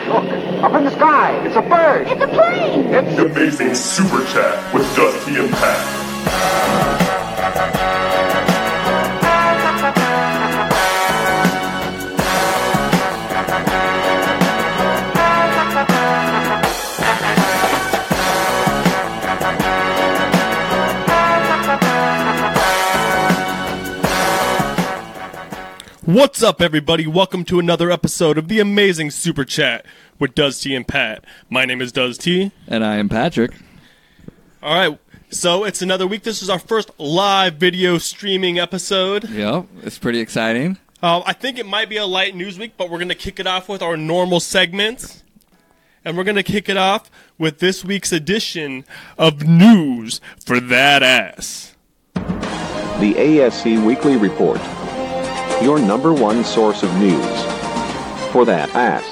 Look, up in the sky. It's a bird. It's a plane. It's Amazing Super Chat with Dusty and Pat. Oh, What's up, everybody? Welcome to another episode of the amazing Super Chat with Does T and Pat. My name is Does T. And I am Patrick. All right, so it's another week. This is our first live video streaming episode. Yep, it's pretty exciting. Uh, I think it might be a light news week, but we're going to kick it off with our normal segments. And we're going to kick it off with this week's edition of News for That Ass. The ASC Weekly Report. Your number one source of news. For that ass.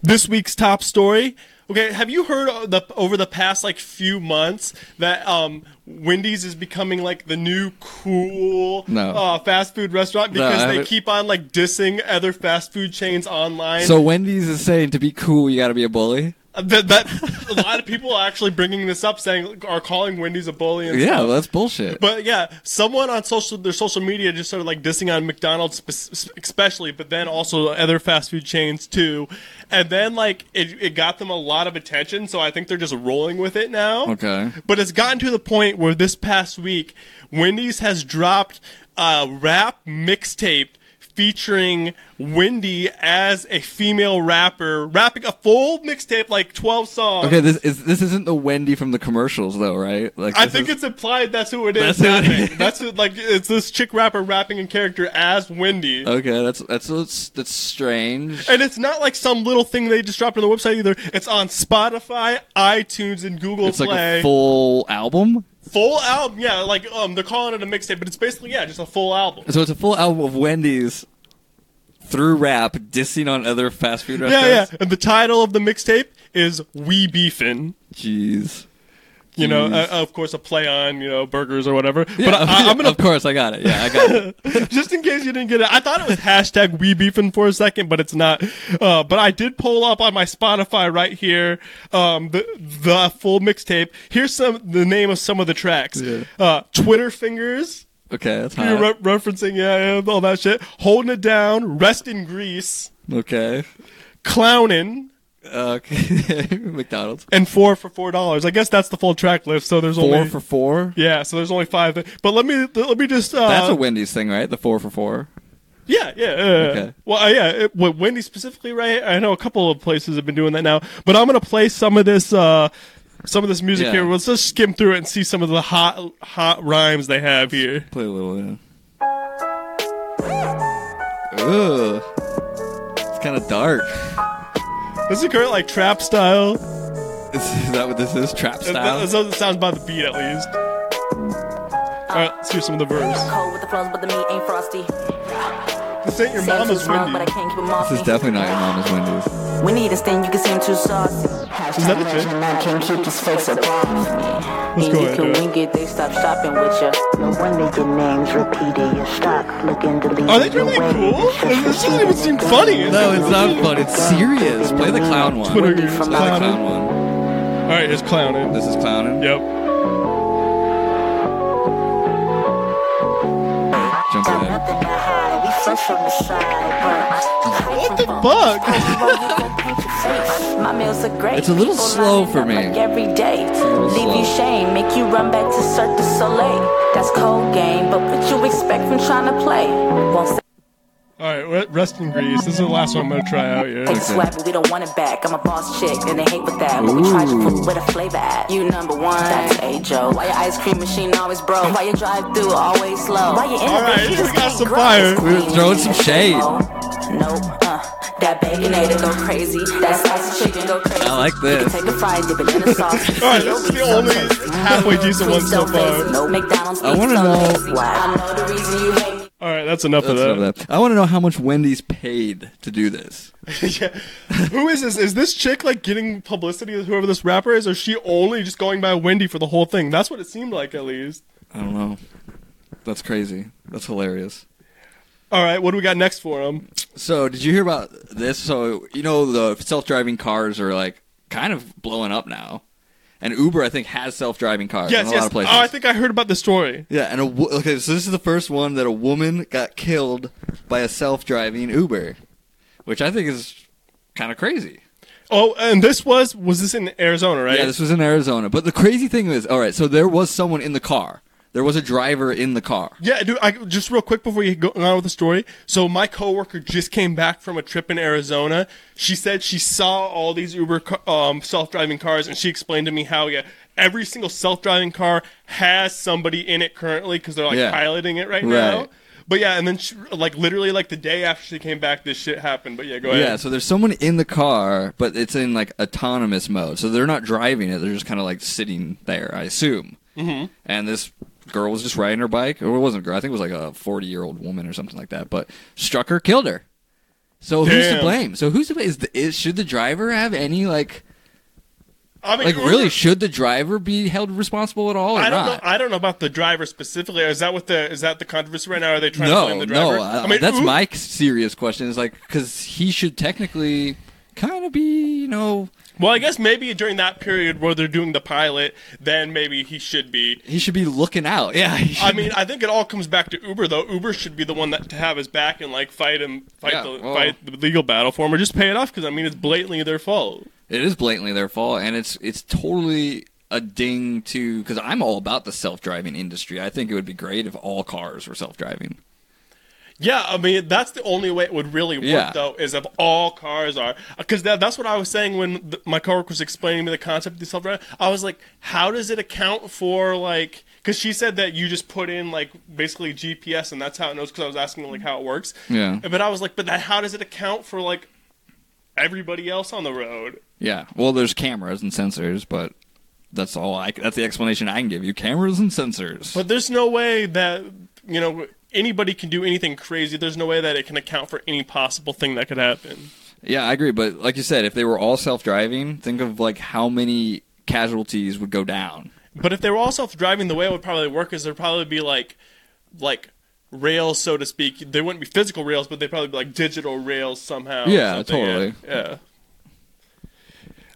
This week's top story. Okay, have you heard o- the, over the past like few months that um, Wendy's is becoming like the new cool No. uh, fast food restaurant No, I because they haven't- keep on like dissing other fast food chains online? Uh, So Wendy's is saying to be cool, you got to be a bully. that, that a lot of people are actually bringing this up, saying are calling Wendy's a bully. And Yeah, well, Oh, that's bullshit. But yeah, someone on social their social media just started like dissing on McDonald's spe- s- especially, but then also other fast food chains too. And then like it, it got them a lot of attention, so I think they're just rolling with it now. Okay. But it's gotten to the point where this past week, Wendy's has dropped a rap mixtape featuring Wendy as a female rapper, rapping a full mixtape like 12 songs. okay, this is this isn't the Wendy from the commercials though, right? Like I this think is- it's implied that's who it is. That's who it rapping. is. That's who, like it's this chick rapper rapping in character as Wendy. okay. That's that's that's, that's strange. and it's not like some little thing they just dropped on the website either. It's on Spotify, iTunes, and Google It's like Play. a full album. full album, yeah. Like um, they're calling it a mixtape, but it's basically yeah, just a full album. So it's a full album of Wendy's through rap dissing on other fast food Yeah, yeah. restaurants. And the title of the mixtape is "We Beefin." Jeez. You know, uh, Jeez. of course, a play on you know burgers or whatever. Yeah, but I, I'm gonna Of course, I got it. Yeah, I got it. just in case you didn't get it, I thought it was hashtag we beefing for a second, but it's not. Uh, but I did pull up on my Spotify right here um, the the full mixtape. Here's some the name of some of the tracks. Uh, Twitter fingers. Okay, that's You're hot. re- referencing yeah, yeah, all that shit. Holding it down. Rest in Greece. Okay. Clowning. Okay. McDonald's. And four for four dollars. I guess that's the full track list. So there's Four only for four. yeah. So there's only five. But let me let me just uh, That's a Wendy's thing, right? The four for four. Yeah, yeah. yeah, yeah. Okay. Well, uh, yeah. It, well, Wendy specifically, right? I know a couple of places have been doing that now, but I'm gonna play some of this, uh, some of this music Yeah. here. Let's just skim through it and see some of the hot, hot rhymes they have here. Play a little. Yeah. Ugh. It's kind of dark. This is current like trap style. Is, is that what this is? Trap That- style. That, that sounds by the beat at least. All right, let's hear some of the verse. Cold with the froze, but the meat ain't frosty. This ain't your Said it mama's was wrong, but I Wendy. can't keep 'em off this is me. definitely not your mama's Wendy's. We need a thing you can seem too saucy. Is that a chick? Man can't keep his face up off me. Let's go ahead can and do it. wing it, they stop shopping with ya. No wonder your name's repeated, your stock looking deleted. Are they really cool? This doesn't even seem funny. No, it's not fun. It's serious. Play the clown one. Twitter Play users the clown clowning. one. All right, it's clowning. This is clowning. Yep. Jump Got ahead. nothing to hide, we fresh from the side, but What the fuck? My meals are great. It's a little People slow lining for up me. Like every day. little Leave you slow. shame, make you run back to Cirque du Soleil. That's cold game, but what you expect from trying to play? Won't say All right, re- rest in Greece. This is the last one I'm gonna try out here. They swag, but we don't want it back. I'm a boss chick, and they hate with that. But we try your food with a flavor at. You number one. That's a Joe. Why your ice cream machine always broke? Why your drive through always slow? Why your right, innovation we just got ain't some grow? fire. We were throwing some shade. Nope. Uh, that baconator go crazy. That spicy chicken go crazy. I like You can this. take a fry, dip it in the sauce. All right, this is the only halfway decent one so far. No McDonald's. I wanna pizza, know- lazy. I know the reason you hate me. All right, that's enough of That's that. enough of that. I want to know how much Wendy's paid to do this. Yeah. Who is this? Is this chick like getting publicity with whoever this rapper is, or is she only just going by Wendy for the whole thing? That's what it seemed like, at least. I don't know. That's crazy. That's hilarious. All right, what do we got next for him? So, did you hear about this? So, you know, the self-driving cars are like kind of blowing up now, and Uber, I think, has self-driving cars Yes, in a lot yes. of Oh, places. I think I heard about the story. yeah, and a, wo- okay, so this is the first one that a woman got killed by a self-driving Uber, which I think is kind of crazy. Oh, and this was was this in Arizona, right? Yeah, this was in Arizona. But the crazy thing is, all right, so there was someone in the car. There was a driver in the car. Yeah, dude. I, just real quick before you go on with the story. So my coworker just came back from a trip in Arizona. She said she saw all these Uber ca- um, self-driving cars, and she explained to me how yeah, every single self-driving car has somebody in it currently because they're like Yeah. piloting it right, Right. now. But yeah, and then she, like literally like the day after she came back, this shit happened. But yeah, go ahead. Yeah, so there's someone in the car, but it's in like autonomous mode. So they're not driving it; they're just kind of like sitting there, I assume. Mm-hmm. And this girl was just riding her bike, or it wasn't a girl. I think it was like a 40 year old woman or something like that. But struck her, killed her. So who's to Damn. blame? So who's to blame? Is, the, is should the driver have any like I mean, like Uber- really? Should the driver be held responsible at all or I don't know. not? I don't know about the driver specifically. Is that what the is that the controversy right now? Are they trying to blame no, the driver? no. I, that's Uber- my serious question. Is like because he should technically kind of be, you know, Well, I guess maybe during that period where they're doing the pilot, then maybe he should be. he should be looking out. Yeah. he I should- mean, I think it all comes back to Uber though. Uber should be the one that to have his back and like fight him, fight Yeah, the well- fight the legal battle for him, or just pay it off because I mean it's blatantly their fault. It is blatantly their fault, and it's it's totally a ding to because I'm all about the self driving industry. I think it would be great if all cars were self driving. Yeah, I mean that's the only way it would really work Yeah. though is if all cars are because that, that's what I was saying when the, my coworker was explaining to me the concept of the self-driving. I was like, how does it account for like? Because she said that you just put in like basically GPS and that's how it knows. Because I was asking like how it works. Yeah. But I was like, but that how does it account for like everybody else on the road? Yeah. Well, there's cameras and sensors, but that's all. I that's the explanation I can give you. Cameras and sensors. But there's no way that you know anybody can do anything crazy. There's no way that it can account for any possible thing that could happen. yeah, I agree. But like you said, if they were all self driving, think of like how many casualties would go down. But if they were all self-driving, the way it would probably work is there'd probably be like, like rails, so to speak. They wouldn't be physical rails, but they'd probably be like digital rails somehow. or Yeah, something. totally. Yeah. yeah.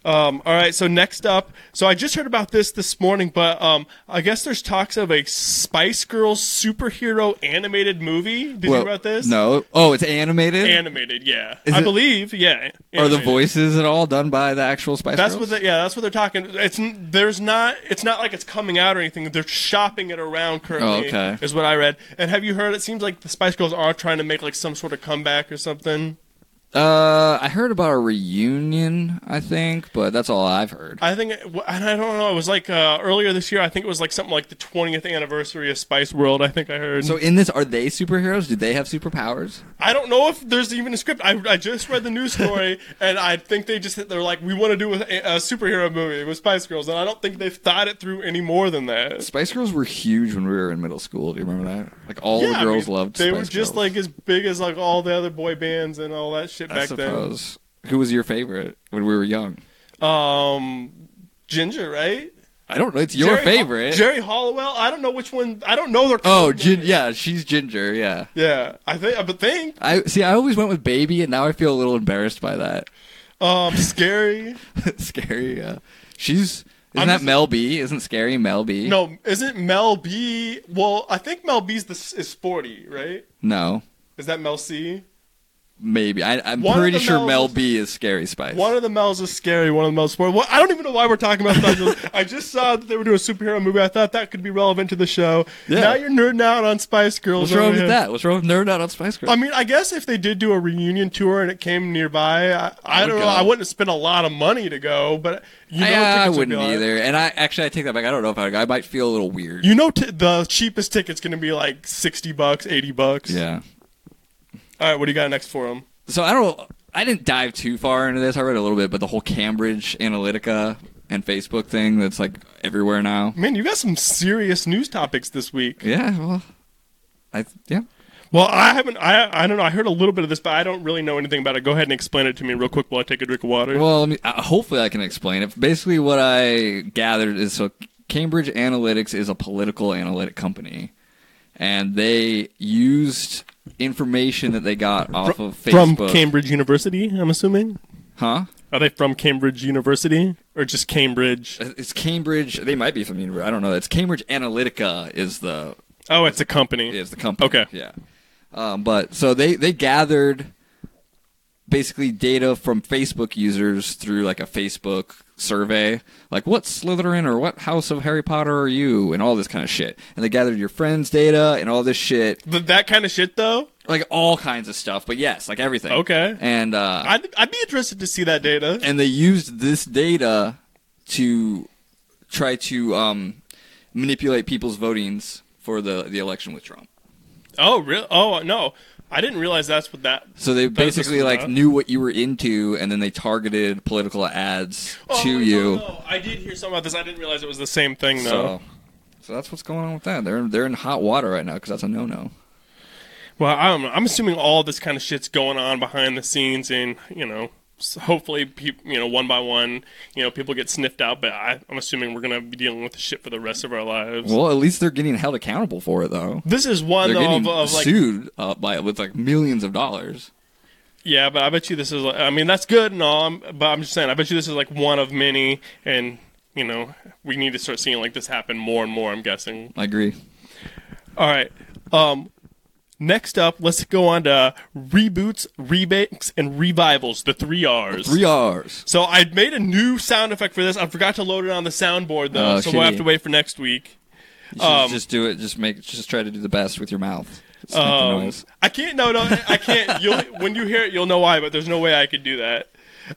Um, all right, so next up, so I just heard about this this morning, but um, I guess there's talks of a Spice Girls superhero animated movie. Did you hear Well, about this? No. Oh, it's animated. Animated, yeah. Is I it- believe, yeah. Are the animated. voices at all done by the actual Spice That's Girls? what they, yeah, that's what they're talking. It's n- there's not it's not like it's coming out or anything. They're shopping it around currently. Oh, okay. Is what I read. And have you heard? It seems like the Spice Girls are trying to make like some sort of comeback or something. Uh, I heard about a reunion, I think, but that's all I've heard. I think, it- w- and I don't know. It was like uh, earlier this year. I think it was like something like the 20th anniversary of Spice World. I think I heard. So in this, are they superheroes? Do they have superpowers? I don't know if there's even a script. I, I just read the news story, and I think they just they're like, we want to do a, a superhero movie with Spice Girls, and I don't think they've thought it through any more than that. Spice Girls were huge when we were in middle school. Do you remember that? Like all Yeah, the I girls mean, loved. They Spice were just Girls, like as big as like all the other boy bands and all that shit I back suppose. Who was your favorite when we were young? then. Um, Ginger, right? I don't know. It's your Jerry- favorite. Jerry Hollowell. I don't know which one. I don't know their. oh, code gin- name. yeah, she's Ginger. Yeah. Yeah, I think. I would think. I see. I always went with Baby, and now I feel a little embarrassed by that. Um, scary. scary. Yeah. She's. Isn't I'm that just- Mel B? Isn't scary Mel B? No, isn't Mel B? Well, I think Mel B's the is sporty, right? No. Is that Mel C? Maybe. I, I'm One of pretty the sure Mels Mel is- B is Scary Spice. One of the Mel's is scary. One of the Mel's sporty. Well, I don't even know why we're talking about that. I just saw that they were doing a superhero movie. I thought that could be relevant to the show. Yeah. Now you're nerding out on Spice Girls. What's wrong over with here. that? What's wrong with nerd out on Spice Girls? I mean, I guess if they did do a reunion tour and it came nearby, I, I, would don't know. go. I wouldn't spend a lot of money to go, but you know, I, I tickets would be wouldn't like- either. And I actually, I take that back. I don't know if I, would go. I might feel a little weird. You know, t- the cheapest ticket's going to be like sixty bucks, eighty bucks. yeah. All right, what do you got next for them? So I don't. I didn't dive too far into this. I read a little bit, but the whole Cambridge Analytica and Facebook thing that's like everywhere now. Man, you got some serious news topics this week. Yeah. Well, I yeah. Well, I haven't. I I don't know. I heard a little bit of this, but I don't really know anything about it. Go ahead and explain it to me real quick while I take a drink of water. Well, let me, uh, hopefully I can explain it. Basically, what I gathered is so Cambridge Analytics is a political analytic company, and they used information that they got off of Facebook. From Cambridge University, I'm assuming. Huh? Are they from Cambridge University or just Cambridge? It's Cambridge. They might be from University. I don't know. It's Cambridge Analytica is the Oh, it's a company. is the company. Okay. Yeah. Um, but so they they gathered basically data from Facebook users through like a Facebook survey, like what Slytherin or what House of Harry Potter are you, and all this kind of shit. And they gathered your friends' data and all this shit, Th- that kind of shit, though. like all kinds of stuff. But yes, like everything. Okay. And uh, I'd, I'd be interested to see that data. and they used this data to try to um, manipulate people's votings for the the election with Trump. Oh, real? Oh, no. I didn't realize that's what that. So they That's basically just like enough. knew what you were into, and then they targeted political ads Oh, to no, you. no, I did hear something about this. I didn't realize it was the same thing, though. So, so that's what's going on with that. They're they're in hot water right now because that's a no no. Well, I don't know. I'm assuming all this kind of shit's going on behind the scenes, and you know, s- hopefully, peop you know, one by one, you know, people get sniffed out. But I, I'm assuming we're gonna be dealing with the shit for the rest of our lives. Well, at least they're getting held accountable for it though. this is one They're though, of, getting of like, sued uh, by with like millions of dollars. yeah, but I bet you this is. like I mean, that's good and all, I'm- but I'm just saying, I bet you this is like one of many, and you know, we need to start seeing like this happen more and more. I'm guessing. I agree. All right. Um, next up, let's go on to reboots, remakes, and revivals. The three R's. Three R's. So I made a new sound effect for this. I forgot to load it on the soundboard though, Oh, so we'll have shitty. to wait for next week. You should Um, just do it. Just make. Just try to do the best with your mouth. Just make the Um, noise. I can't. No, no, I can't. You'll when you hear it, you'll know why. But there's no way I could do that.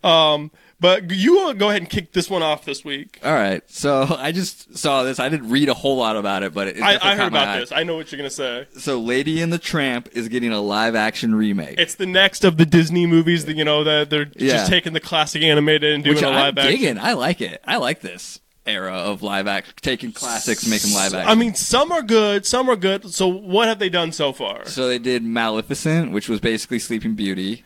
Um, but you will go ahead and kick this one off this week. All right. So I just saw this. I didn't read a whole lot about it, but it, it I, definitely I heard caught my about eye. this. I know what you're gonna say. So Lady and the Tramp is getting a live action remake. It's the next of the Disney movies that you know that they're Yeah. just taking the classic animated and doing which a I'm live action. digging. I like it. I like this era of live action, taking classics, making live action. I mean, some are good, some are good. So what have they done so far? so they did Maleficent, which was basically Sleeping Beauty.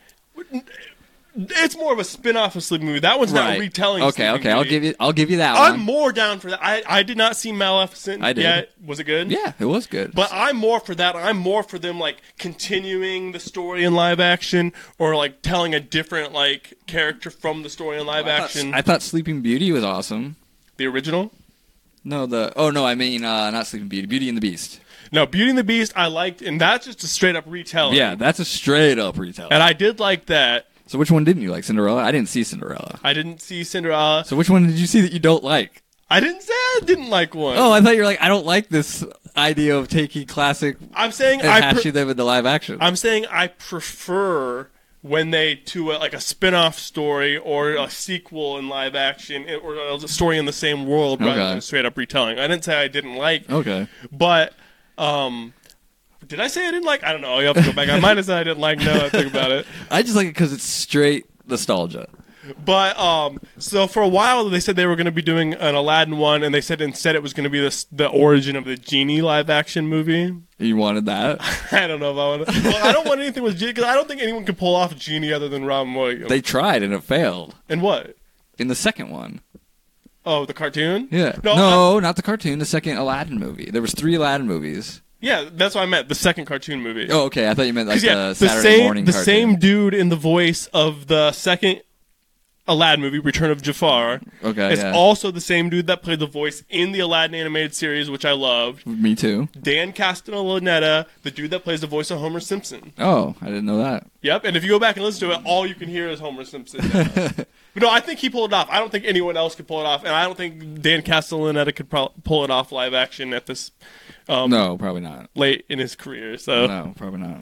It's more of a spin-off of Sleeping Beauty. That one's not retelling. Okay, Sleeping okay. I'll Beauty. give you. I'll give you that I'm one. more down for that. I, I did not see Maleficent I did. yet. Was it good? yeah, it was good. But I'm more for that. I'm more for them like continuing the story in live action or like telling a different like character from the story in live I thought, action. I thought Sleeping Beauty was awesome. the original? No, the oh no, I mean uh, not Sleeping Beauty, Beauty and the Beast. No, Beauty and the Beast I liked and that's just a straight up retelling. Yeah, that's a straight up retelling. Oh, And I did like that. so which one didn't you like? Cinderella? I didn't see Cinderella. I didn't see Cinderella. So which one did you see that you don't like? I didn't say I didn't like one. Oh, I thought you were like, I don't like this idea of taking classic I'm saying and I pre- hashing them into live action. I'm saying I prefer when they do a, like a spin-off story or a sequel in live action or a story in the same world rather Okay. Oh. than a straight up retelling. I didn't say I didn't like, okay. but um, did I say I didn't like? I don't know. You have to go back. I might have said I didn't like. No, I think about it. I just like it because it's straight nostalgia. But um, so for a while they said they were going to be doing an Aladdin one, and they said instead it was going to be this the origin of the genie live action movie. You wanted that. I don't know if I want to. Well, I don't want anything with Genie because I don't think anyone can pull off Genie other than Robin Williams. they tried and it failed and what? in the second one. Oh, the cartoon. Yeah. No. No, I- not the cartoon. The second Aladdin movie. There was three Aladdin movies. yeah, that's what I meant. The second cartoon movie. Oh, okay. I thought you meant like 'Cause, yeah, the Saturday same morning the cartoon. same dude in the voice of the second Aladdin movie, Return of Jafar. Okay, It's yeah. also the same dude that played the voice in the Aladdin animated series, which I loved. Me too. Dan Castellaneta, the dude that plays the voice of Homer Simpson. Oh, I didn't know that. Yep, and if you go back and listen to it, all you can hear is Homer Simpson. But no, I think he pulled it off. I don't think anyone else could pull it off, and I don't think Dan Castellaneta could pro- pull it off live action at this Um, No, probably not. late in his career. So, No, probably not.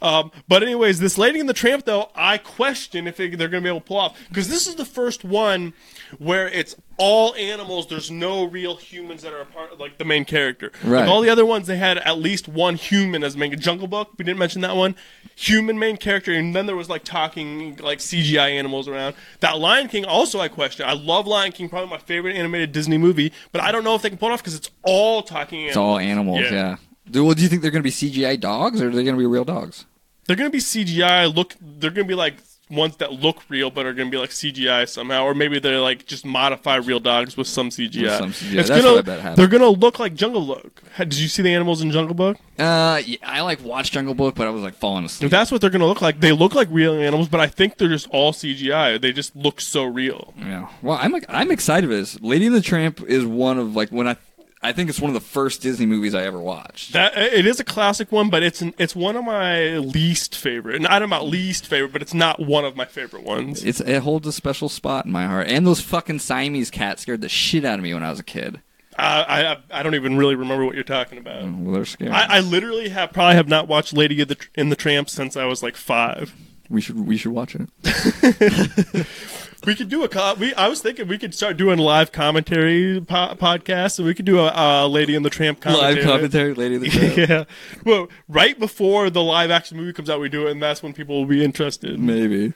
um, but anyways, this Lady and the Tramp though, I question if it, they're going to be able to pull off because this is the first one where it's all animals. There's no real humans that are a part like the main character. Right. Like all the other ones, they had at least one human as main. Jungle Book, we didn't mention that one. Human main character, and then there was like talking like CGI animals around. That Lion King also I question. I love Lion King, probably my favorite animated Disney movie, but I don't know if they can pull it off because it's all talking animals. It's all animals. Yeah. Yeah. Do, well, do you think they're going to be CGI dogs or are they going to be real dogs? they're gonna be CGI. Look, they're gonna be like ones that look real but are gonna be like CGI somehow, or maybe they're like just modify real dogs with some CGI. With some CGI. It's That's gonna, what I bet happened. they're gonna look like Jungle Book. Ha- Did you see the animals in Jungle Book? Uh, yeah, I like watched Jungle Book, but I was like falling asleep. If that's what they're gonna look like, they look like real animals, but I think they're just all CGI. They just look so real. Yeah. Well, I'm like, I'm excited for this. Lady and the Tramp is one of like when I I think it's one of the first Disney movies I ever watched. That it is a classic one, but it's an, it's one of my least favorite. Not about least favorite, but it's not one of my favorite ones. It's it holds a special spot in my heart. And those fucking Siamese cats scared the shit out of me when I was a kid. I I, I don't even really remember what you're talking about. Well, they're scary. I, I literally have probably have not watched Lady of the, Tr- in the Tramp since I was like five. we should we should watch it. We could do a co- we. I was thinking we could start doing live commentary po- podcasts, and we could do a uh, Lady in the Tramp commentary. Live commentary, Lady of the Tramp. Yeah. Well, right before the live action movie comes out, we do it, and that's when people will be interested. Maybe.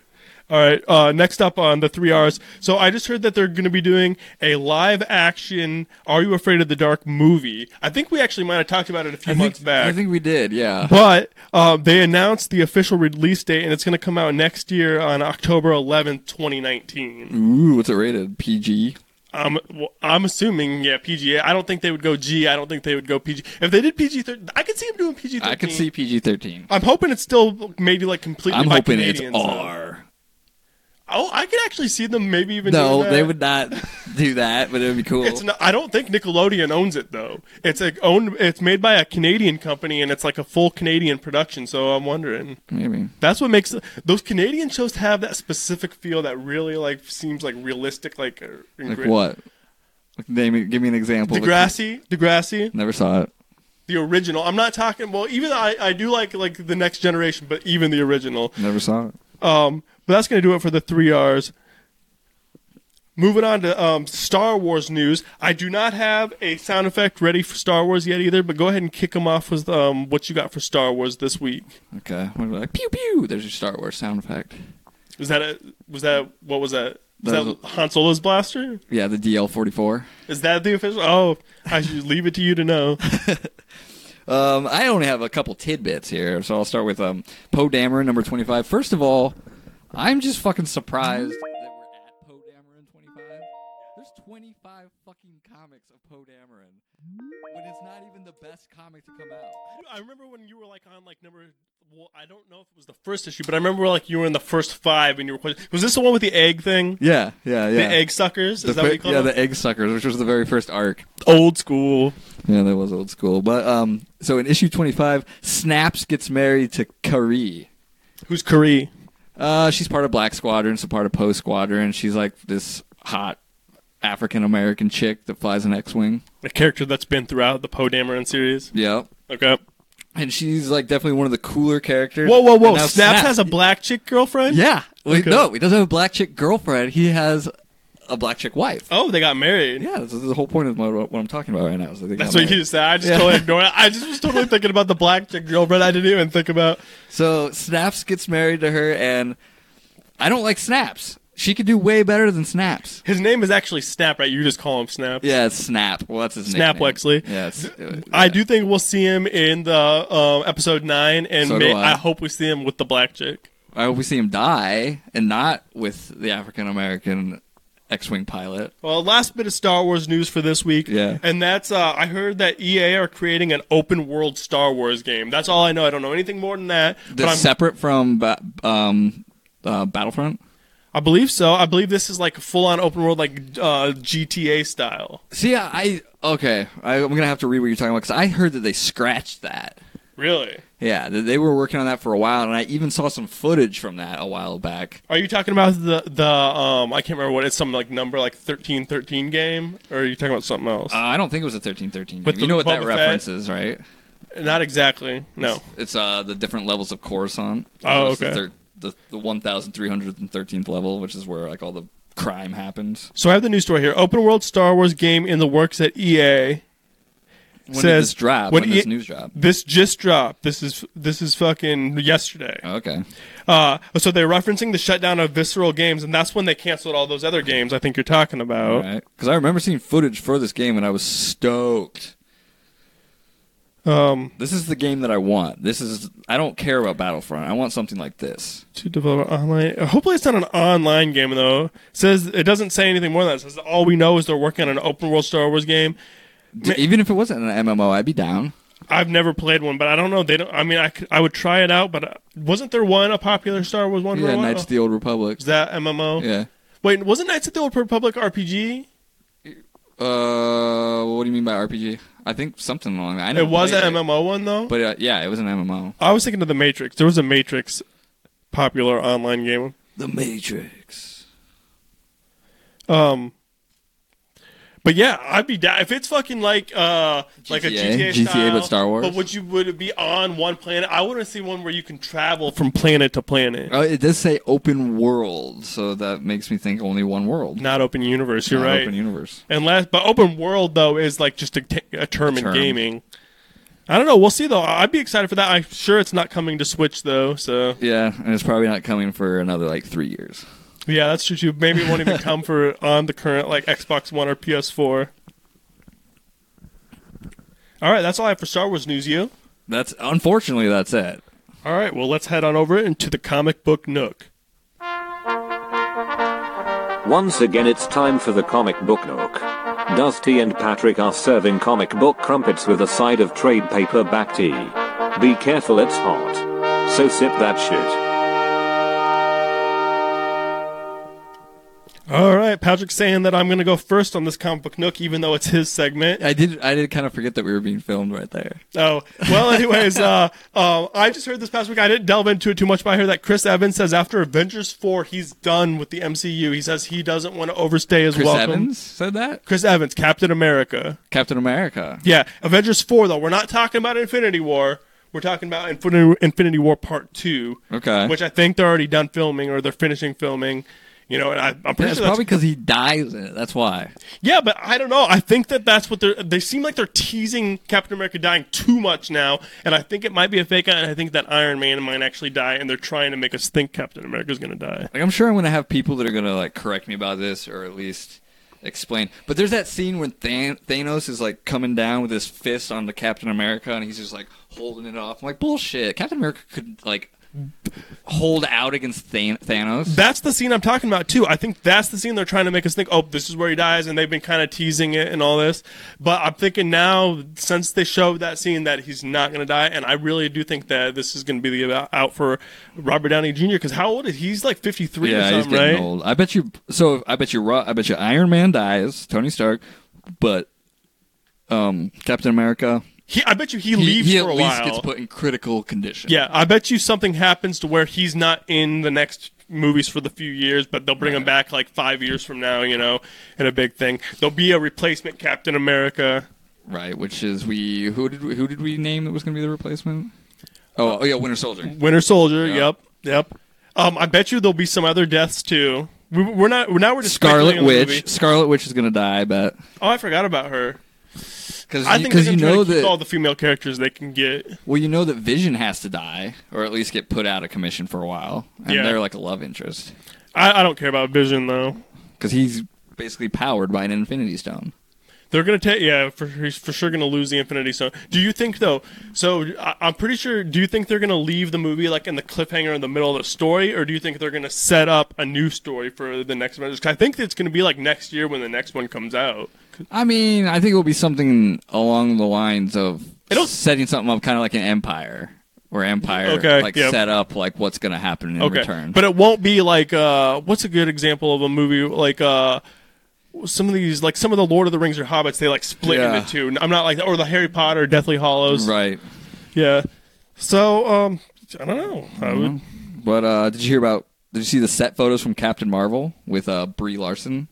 All right. Uh, next up on the three R's. So I just heard that they're going to be doing a live action "Are You Afraid of the Dark" movie. I think we actually might have talked about it a few I months think, back. I think we did. Yeah. But um, they announced the official release date, and it's going to come out next year on October 11th, 2019. Ooh, what's it rated? PG. Um, well, I'm assuming, yeah, PGA. I don't think they would go G. I don't think they would go PG. If they did PG 13, I could see them doing PG 13. I could see PG thirteen. I'm hoping it's still maybe like completely. I'm by hoping Canadians, it's though. R. Oh, I could actually see them maybe even. No, doing that. they would not do that, but it would be cool. It's not, I don't think Nickelodeon owns it though. It's like owned. It's made by a Canadian company, and it's like a full Canadian production. So I'm wondering. Maybe. That's what makes those Canadian shows have that specific feel that really like seems like realistic, like uh, Like ingre- what? Like, name me, give me an example. of a- Degrassi, Degrassi, Never saw it. the original. I'm not talking. Well, even I, I do like like the next generation, but even the original. Never saw it. Um, but that's gonna do it for the three R's. Moving on to um, Star Wars news. I do not have a sound effect ready for Star Wars yet either, but go ahead and kick them off with um, what you got for Star Wars this week. Okay. What about like pew pew? There's your Star Wars sound effect. Was that a, was that what was that? Was That that, was Han Solo's blaster? Yeah, the DL44. Is that the official? Oh, I should leave it to you to know. Um, I only have a couple tidbits here, so I'll start with um, Poe Dameron, number 25. First of all, I'm just fucking surprised that we're at Poe Dameron 25. There's 25 fucking comics of Poe Dameron when it's not even the best comic to come out. I remember when you were like on like number. Well, I don't know if it was the first issue, but I remember like you were in the first five, and you were question- was this the one with the egg thing? Yeah, yeah, The yeah. egg suckers? Is The that what fir- you call yeah, them? the egg suckers, which was the very first arc. Old school. Yeah, that was old school. But um, so in issue 25, Snaps gets married to Carrie. Who's Curry? Uh, she's part of Black Squadron, so part of Poe Squadron. She's like this hot African American chick that flies an X-wing. A character that's been throughout the Poe Dameron series. Yeah, Okay. and she's like definitely one of the cooler characters. Whoa, whoa, whoa! And now Snaps has a black chick girlfriend. yeah. Wait, No, he doesn't have a black chick girlfriend. He has a black chick wife. Oh, they got married. Yeah, this is the whole point of my, what I'm talking about right now. Is that they got That's what married. you just said. I just totally ignored it. I just was totally thinking about the black chick girlfriend. I didn't even think about. So Snaps gets married to her, and I don't like Snaps. She could do way better than Snaps. His name is actually Snap, right? You just call him Snap. Yeah, it's Snap. Well, that's his Snap nickname. Wexley. Yeah, it's- I do think we'll see him in the um, episode nine, and So do may, I. I. hope we see him with the black chick. I hope we see him die and not with the African American X Wing pilot. Well, last bit of Star Wars news for this week, Yeah. and that's uh, I heard that EA are creating an open world Star Wars game. That's all I know. I don't know anything more than that. But That's I'm, separate from ba- um, uh, Battlefront. I believe so. I believe this is like full on open world, like uh, GTA style. See, I. Okay, I, I'm going to have to read what you're talking about because I heard that they scratched that. Really? Yeah, that they were working on that for a while, and I even saw some footage from that a while back. Are you talking about the the um? I can't remember what it's some like number like thirteen thirteen game, or are you talking about something else? Uh, I don't think it was a 1313 game. With You the know what that Boba reference Fett? is, right? Not exactly. No. It's uh, the different levels of Coruscant. Oh, It's the okay. thir- The, the 1,313th level, which is where like all the crime happens. So I have the news story here. Open world Star Wars game in the works at E EA. When did Says- this drop? when When, did this E- news drop? This just dropped. This is this is fucking yesterday. Okay. Uh, so they're referencing the shutdown of Visceral Games, and that's when they canceled all those other games. I think you're talking All about. right. Because I remember seeing footage for this game and I was stoked. Um, This is the game that I want. This is I don't care about Battlefront. I want something like this. to develop an online. Hopefully, it's not an online game though. It says it doesn't say anything more than that. It says all we know is they're working on an open world Star Wars game. D- Even if it wasn't an MMO, I'd be down. I've never played one, but I don't know. They don't. I mean, I, could- I would try it out, but uh, wasn't there one a popular Star Wars one? for a Yeah, while? Knights of the Old Republic. uh, Is that MMO? Yeah. Wait, wasn't Knights of the Old Republic RPG? Uh, what do you mean by RPG? I think something along that. I never It was played an MMO one though. but uh, yeah, it was an MMO. I was thinking of the Matrix. There was a Matrix popular online game. The Matrix. Um, but yeah, I'd be down if it's fucking like uh like a GTA, GTA GTA, style, but Star Wars? But would you would it be on one planet? I want to see one where you can travel from planet to planet, Oh, it does say open world, so that makes me think only one world. not open universe. You're Not right. Open universe. And last, but open world though is like just a, t- a term in Term. gaming. I don't know. We'll see though. I'd be excited for that. I'm sure it's not coming to Switch though. So Yeah, and it's probably not coming for another like three years. yeah, that's true too. Maybe it won't even come for on the current like Xbox One or PS4. All right, that's all I have for Star Wars news. You. That's unfortunately that's it. All right, well, let's head on over into the comic book nook. Once again, it's time for the comic book nook. Dusty and Patrick are serving comic book crumpets with a side of trade paperback tea. Be careful, it's hot. So sip that shit. All right, Patrick's saying that I'm going to go first on this comic book nook, even though it's his segment. I did. I did kind of forget that we were being filmed right there. Oh, well, anyways, uh, um, I just heard this past week. I didn't delve into it too much, but I heard that Chris Evans says after Avengers 4, he's done with the MCU. He says he doesn't want to overstay his Chris welcome. Evans said that. Chris Evans, Captain America. Captain America. Yeah, Avengers 4, though. We're not talking about Infinity War. We're talking about Infinity, Infinity War Part 2. Okay. Which I think they're already done filming or they're finishing filming. You know, and I, I'm pretty Yeah, it's sure that's probably because he dies in it. That's why. Yeah, but I don't know. I think that that's what they're. They seem like they're teasing Captain America dying too much now, and I think it might be a fake out. And I think that Iron Man might actually die, and they're trying to make us think Captain America's going to die. Like I'm sure I'm gonna have people that are gonna like correct me about this or at least explain. But there's that scene when Than- Thanos is like coming down with his fist on the Captain America and he's just like holding it off. I'm like bullshit. Captain America could like hold out against Than- Thanos. That's the scene I'm talking about too. I think that's the scene they're trying to make us think. Oh, this is where he dies, and they've been kind of teasing it and all this. But I'm thinking now, since they showed that scene, that he's not going to die, and I really do think that this is going to be the out for Robert Downey Jr. Because how old is he? He's like 53 or yeah, he's something, getting right? old. I bet you. So I bet you. Ro- I bet you Iron Man dies. Tony Stark, but um, Captain America. He, I bet you he, He, leaves he for at a least while. gets put in critical condition. Yeah, I bet you something happens to where he's not in the next movies for the few years, but they'll bring him back like five years from now, you know, in a big thing. There'll be a replacement Captain America. Right, which is we who did we, who did we name that was going to be the replacement? Oh, oh yeah, Winter Soldier. Winter Soldier. Yep, yep. Um, I bet you there'll be some other deaths too. We, we're not. We're now we're just speculating Scarlet on the Witch. movie. Scarlet Witch is going to die, I bet. Oh, I forgot about her. Because I think because they're you gonna try know to keep all that the female characters they can get. well you know that Vision has to die or at least get put out of commission for a while, and Yeah. they're like a love interest I, I don't care about Vision though. because he's basically powered by an Infinity Stone. They're gonna take yeah for he's for sure gonna lose the Infinity Stone. Do you think though? So I, I'm pretty sure. Do you think they're gonna leave the movie like in the cliffhanger in the middle of the story, or do you think they're gonna set up a new story for the next Avengers? 'Cause I think it's gonna be like next year when the next one comes out. I mean, I think it'll be something along the lines of It'll- setting something up, kind of like an Empire, where Empire Okay, like yep. set up like what's going to happen in Okay, return. but it won't be like uh, what's a good example of a movie like uh. Some of these, like some of the Lord of the Rings or Hobbits, they like split Yeah. into two. I'm not like that, or the Harry Potter, Deathly Hollows. right. Yeah. So, um, I don't know. I would, But uh, did you hear about? Did you see the set photos from Captain Marvel with uh, Brie Larson?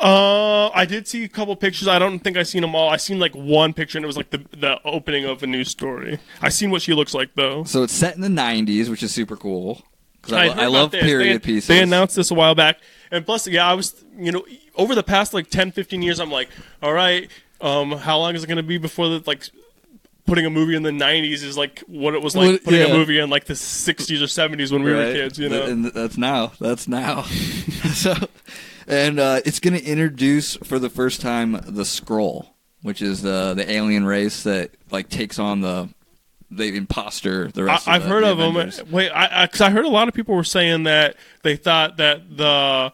Uh, I did see a couple pictures. I don't think I seen them all. I seen like one picture, and it was like the the opening of a new story. I seen what she looks like though. So it's set in the '90s, which is super cool. 'Cause I, I'd lo- heard I about love this. period they, pieces. They announced this a while back, and plus, yeah, I was you know over the past like 10, 15 years, I'm like, all right, um, how long is it gonna be before the like putting a movie in the '90s is like what it was like Well, putting yeah. a movie in like the '60s or '70s when we were Right? kids, you Th- know? and th- that's now. That's now. so, and uh, it's going to introduce for the first time the scroll. which is the the alien race that like takes on the the imposter. The I, rest. I've of the, heard the of Avengers. them. Wait, I because I, heard a lot of people were saying that they thought that the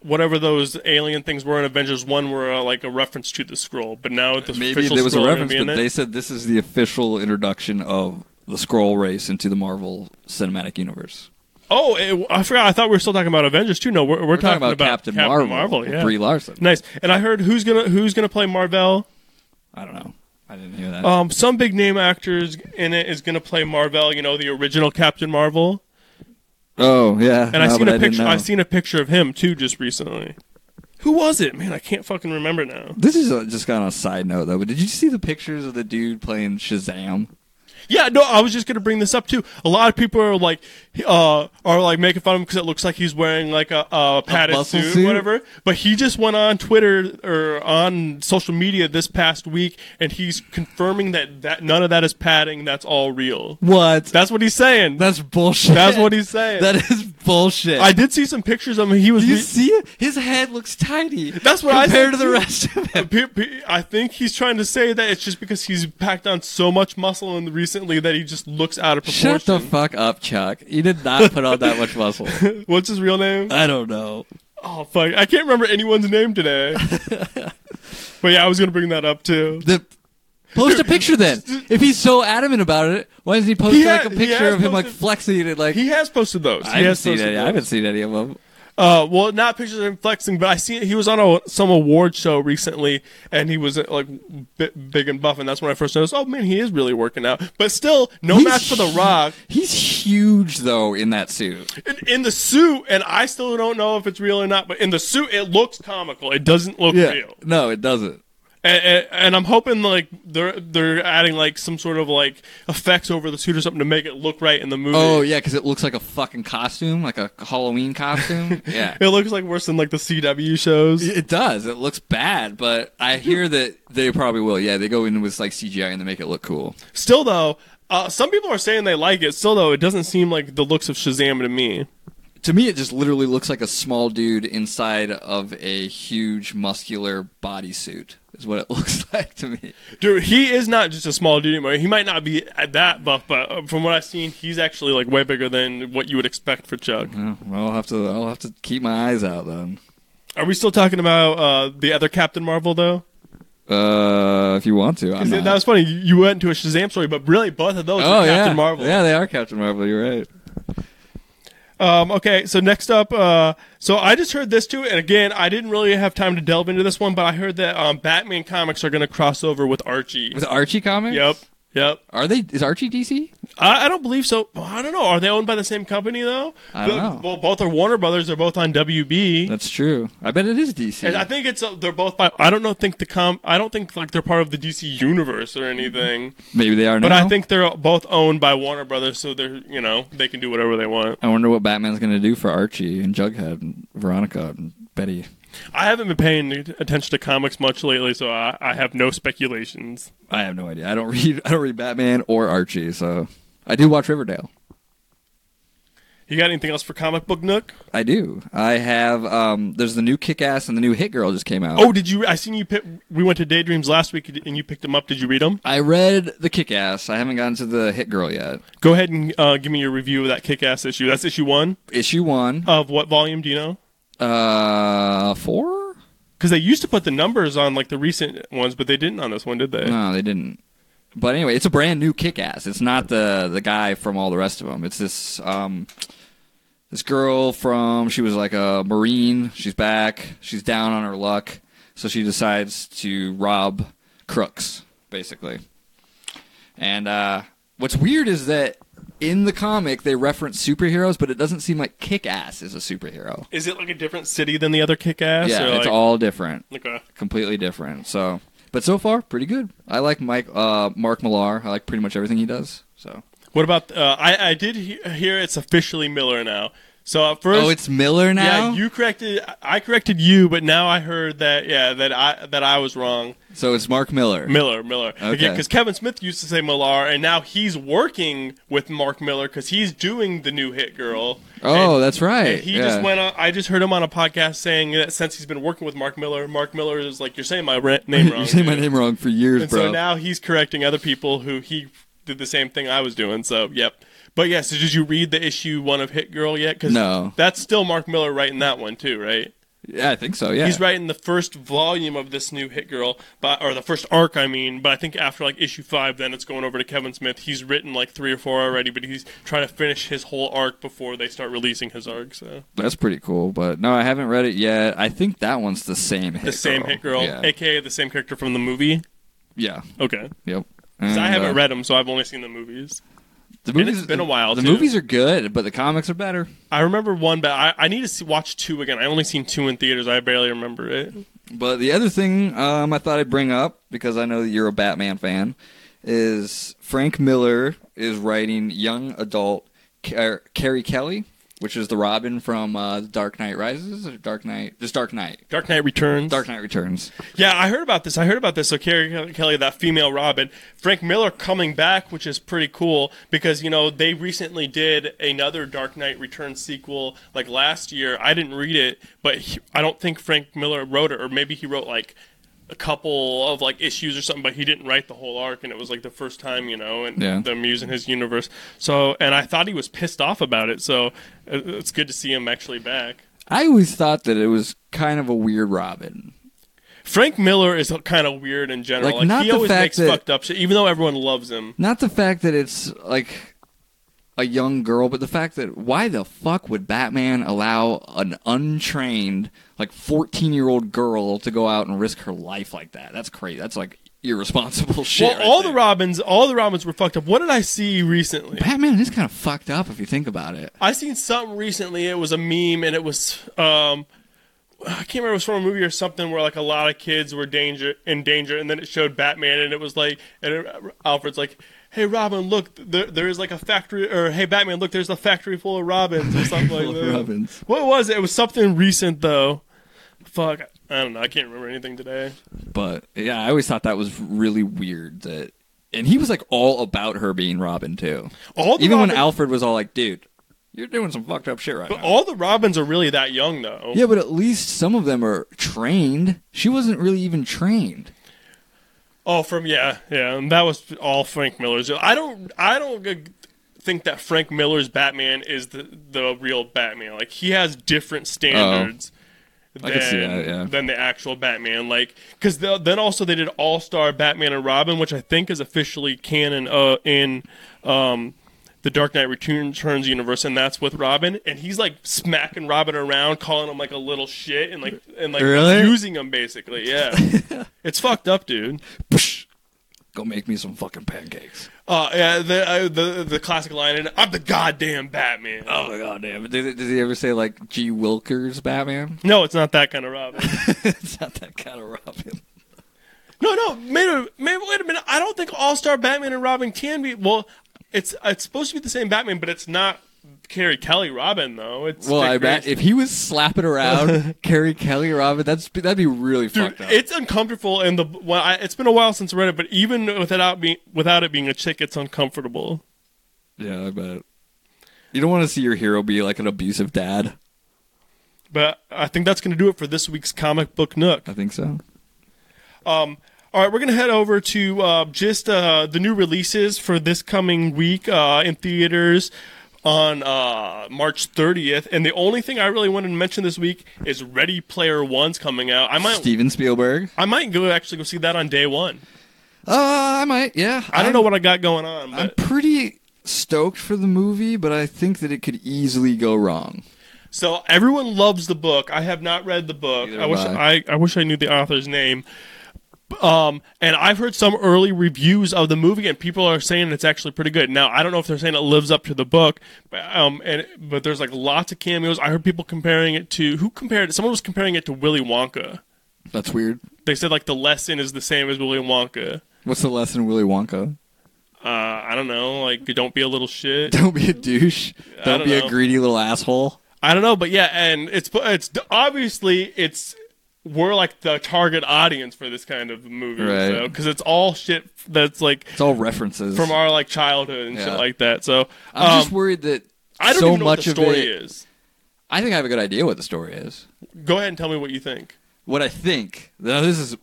whatever those alien things were in Avengers One were uh, like a reference to the scroll, but now the Maybe official there was a Skrull gonna reference, be in but it? they said this is the official introduction of the scroll race into the Marvel Cinematic Universe. Oh, it, I forgot. I thought we were still talking about Avengers too. No, we're, we're, talking about Captain Marvel with yeah. Brie Larson. Nice. And I heard who's gonna who's gonna play Marvel. I don't know. I didn't hear that. Um, some big name actors in it is gonna play Marvel. You know, the original Captain Marvel. oh yeah, And I no, seen but a didn't picture. know. I seen a picture of him too just recently. Who was it? Man, I can't fucking remember now. This is uh just kind of a side note though. But did you see the pictures of the dude playing Shazam? Yeah, no, I was just gonna bring this up too. A lot of people are like, uh, are like making fun of him because it looks like he's wearing like a, a padded muscle suit, suit? whatever. But he just went on Twitter or on social media this past week, and he's confirming that that none of that is padding. That's all real. What? That's what he's saying. That's bullshit. That's what he's saying. That is bullshit. I did see some pictures of him. He was. Do you re- see it? His head looks tiny. That's what I said compared to the too. rest of him. Pe- pe- I think he's trying to say that it's just because he's packed on so much muscle and recently that he just looks out of proportion. Shut the fuck up, Chuck. You did not put on that much muscle. What's his real name? I don't know. Oh fuck! I can't remember anyone's name today. but yeah, I was gonna bring that up too. The post a picture then. If he's so adamant about it, why doesn't he post He like ha- a he picture has of him like posted- flexing and like? He has posted those. I he haven't has seen posted any. I those. haven't seen any of them. Uh, well, not pictures of him flexing, but I seen he was on a, some award show recently, and he was uh, like bi- big and buff, and that's when I first noticed. Oh man, he is really working out. But still, no He's match for the hu- Rock He's huge though in that suit. in, in the suit, and I still don't know if it's real or not. But in the suit, it looks comical. It doesn't look real. No, it doesn't. and, and- and I'm hoping like they're they're adding like some sort of like effects over the suit or something to make it look right in the movie. Oh yeah, because it looks like a fucking costume, like a Halloween costume. yeah. it looks like worse than like the CW shows. It does. It looks bad, but I hear that they probably will. Yeah, they go in with like CGI and they make it look cool. Still though, uh, some people are saying they like it. Still though, it doesn't seem like the looks of Shazam to me. To me, it just literally looks like a small dude inside of a huge muscular bodysuit. Is what it looks like to me. Dude, he is not just a small dude anymore. He might not be at that buff, but uh, from what I've seen, he's actually like way bigger than what you would expect for Chuck. Oh, I'll have to. I'll have to keep my eyes out then. Are we still talking about uh, the other Captain Marvel though? Uh, if you want to, I'm 'Cause not. That was funny. You you went into a Shazam story, but really both of those oh are Captain yeah, Marvel. yeah, they are Captain Marvel. You're right. Um, okay, so next up, uh, so I just heard this too, and again, I didn't really have time to delve into this one, but I heard that um, Batman comics are going to cross over with Archie. With Archie comics. Yep, yep. Are they? Is Archie DC? I, I don't believe so. Well, I don't know. Are they owned by the same company though? I don't The- know. Well, both are Warner Brothers. They're both on WB. That's true. I bet it is DC. and I think it's uh, they're both by. I don't know. Think the com. I don't think like they're part of the DC universe or anything. Maybe they are But now. I think they're both owned by Warner Brothers, so they're you know they can do whatever they want. I wonder what Batman's going to do for Archie and Jughead and Veronica and Betty. I haven't been paying attention to comics much lately, so I, I have no speculations. I have no idea. I don't read. I don't read Batman or Archie. So I do watch Riverdale. You got anything else for comic book nook? I do. I have. Um, there's the new Kick Ass and the new Hit Girl just came out. Oh, did you? I seen you. Pick, we went to Daydreams last week, and you picked them up. Did you read them? I read the Kick Ass. I haven't gotten to the Hit Girl yet. Go ahead and uh, give me your review of that kick-ass issue. That's issue one Issue one, of what volume? Do you know? uh, four. Because they used to put the numbers on like the recent ones, but they didn't on this one, did they? No, they didn't. But anyway, it's a brand new Kick Ass. It's not the the guy from all the rest of them. It's this um, this girl from she was like a marine. She's back. She's down on her luck, so she decides to rob crooks, basically. And uh, what's weird is that in the comic they reference superheroes, but it doesn't seem like Kick Ass is a superhero. Is it like a different city than the other kick-ass? yeah, or, like, it's all different Okay. completely different. So, but so far, pretty good. I like Mike, uh, Mark Millar. I like pretty much everything he does. So, What about? Uh, I I did he- hear it's officially Miller now. So at first, Oh, it's Miller now. yeah, you corrected. I corrected you, but now I heard that yeah that I that I was wrong. so it's Mark Miller. Miller, Miller. Okay. Because Kevin Smith used to say Millar, and now he's working with Mark Miller because he's doing the new Hit Girl. Oh, And- that's right. and he yeah. just went. On, I just heard him on a podcast saying that since he's been working with Mark Miller, Mark Miller is like, "You're saying my ra- name wrong." you say my dude." name wrong for years, And bro. so now he's correcting other people who he did the same thing I was doing. So yep. But yeah, so did you read the issue one of Hit Girl yet? Because No. that's still Mark Miller writing that one too, right? yeah, I think so. Yeah. He's writing the first volume of this new Hit Girl, but or the first arc, I mean. But I think after like issue five, then it's going over to Kevin Smith. He's written like three or four already, but he's trying to finish his whole arc before they start releasing his arc. So That's pretty cool. But no, I haven't read it yet. I think that one's the same. Hit the same Hit Girl, Yeah. aka the same character from the movie. yeah. Okay, Yep. 'Cause I And, haven't uh, read them, so I've only seen the movies. The and it's been a while, The too. movies are good, but the comics are better. I remember one, but I, I need to see, watch two again. I only seen two in theaters. I barely remember it. But the other thing um, I thought I'd bring up because I know that you're a Batman fan is Frank Miller is writing young adult Car- Carrie Kelly, which is the Robin from uh, Dark Knight Rises or Dark Knight, just Dark Knight, Dark Knight Returns. Dark Knight Returns. Yeah, I heard about this. I heard about this. So Carrie Kelly- Kelly, that female Robin, Frank Miller coming back, which is pretty cool because you know they recently did another Dark Knight Returns sequel like last year. I didn't read it, but he, I don't think Frank Miller wrote it, or maybe he wrote like a couple of like issues or something, but he didn't write the whole arc, and it was like the first time you know, and Yeah. them using his universe. So, and I thought he was pissed off about it. So uh, it's good to see him actually back. I always thought that it was kind of a weird Robin. Frank Miller is kind of weird in general. Like, Like, not he the always fact makes that- fucked up shit, even though everyone loves him. Not the fact that it's like a young girl, but the fact that why the fuck would Batman allow an untrained, like 14 year old girl to go out and risk her life like that? That's crazy. That's like irresponsible shit. well, right all the there. Robins, all the Robins were fucked up. What did I see recently? Batman is kind of fucked up if you think about it. I seen something recently. It was a meme, and it was um, I can't remember. It was from a movie or something where like a lot of kids were danger in danger, and then it showed Batman, and it was like, and it, Alfred's like, "Hey Robin, look, there, there is like a factory," or "Hey Batman, look, there's a factory full of Robins," or something like Full that. of Robins. What was it? It was something recent though. Fuck, I don't know. I can't remember anything today. But yeah, I always thought that was really weird that. And he was like all about her being Robin too. All the Even when Robin- Alfred was all like, "Dude, you're doing some fucked up shit right But now." all the Robins are really that young though. Yeah, but at least some of them are trained. She wasn't really even trained. Oh, from yeah, yeah, and that was all Frank Miller's. I don't, I don't g- think that Frank Miller's Batman is the the real Batman. Like he has different standards Oh, I than, can see that, yeah. than the actual Batman. Like because then also they did All Star Batman and Robin, which I think is officially canon uh, in um, the Dark Knight Return- Returns universe, and that's with Robin, and he's like smacking Robin around, calling him like a little shit, and like and like Really? using him basically. Yeah, it's fucked up, dude. Psh, go make me some fucking pancakes. Uh, yeah, the, uh, the the classic line, and I'm the goddamn Batman. Oh my god, damn! Did, did he ever say like G. Wilkers Batman? No, it's not that kind of Robin. it's not that kind of Robin. no, no, wait a, wait, wait a minute. I don't think All Star Batman and Robin can be. Well, it's it's supposed to be the same Batman, but it's not Carrie Kelly Robin though. It's Well, Dick I bet Grayson. if he was slapping around Carrie Kelly Robin, that's that'd be really Dude, fucked up. it's uncomfortable, and the well, I, it's been a while since I read it, but even without being without it being a chick, it's uncomfortable. yeah, I bet. You don't want to see your hero be like an abusive dad. But I think that's going to do it for this week's comic book nook. I think so. All right, we're going to head over to uh, just uh, the new releases for this coming week uh, in theaters on uh, March 30th. And the only thing I really wanted to mention this week is Ready Player One's coming out. I might. Steven Spielberg. I might go actually go see that on day one. Uh, I might. Yeah, I don't I'm- know what I got going on, I'm but pretty stoked for the movie, but I think that it could easily go wrong. so everyone loves the book. I have not read the book. Neither I wish have I, I wish I knew the author's name. Um, and I've heard some early reviews of the movie, and people are saying it's actually pretty good. Now, I don't know if they're saying it lives up to the book, but um, and but there's like lots of cameos. I heard people comparing it to who compared it. Someone was comparing it to Willy Wonka. That's weird. They said like the lesson is the same as Willy Wonka. What's the lesson in Willy Wonka? Uh, I don't know, like don't be a little shit. Don't be a douche. Don't don't be a know. greedy little asshole. I don't know, but yeah, and it's it's obviously it's we're like the target audience for this kind of movie, Right. Because it's all shit that's like It's all references. from our like childhood and Yeah. shit like that. So I'm um, just worried that I don't so even know much what the story of it. is. I think I have a good idea what the story is. Go ahead and tell me what you think. What I think. Now this is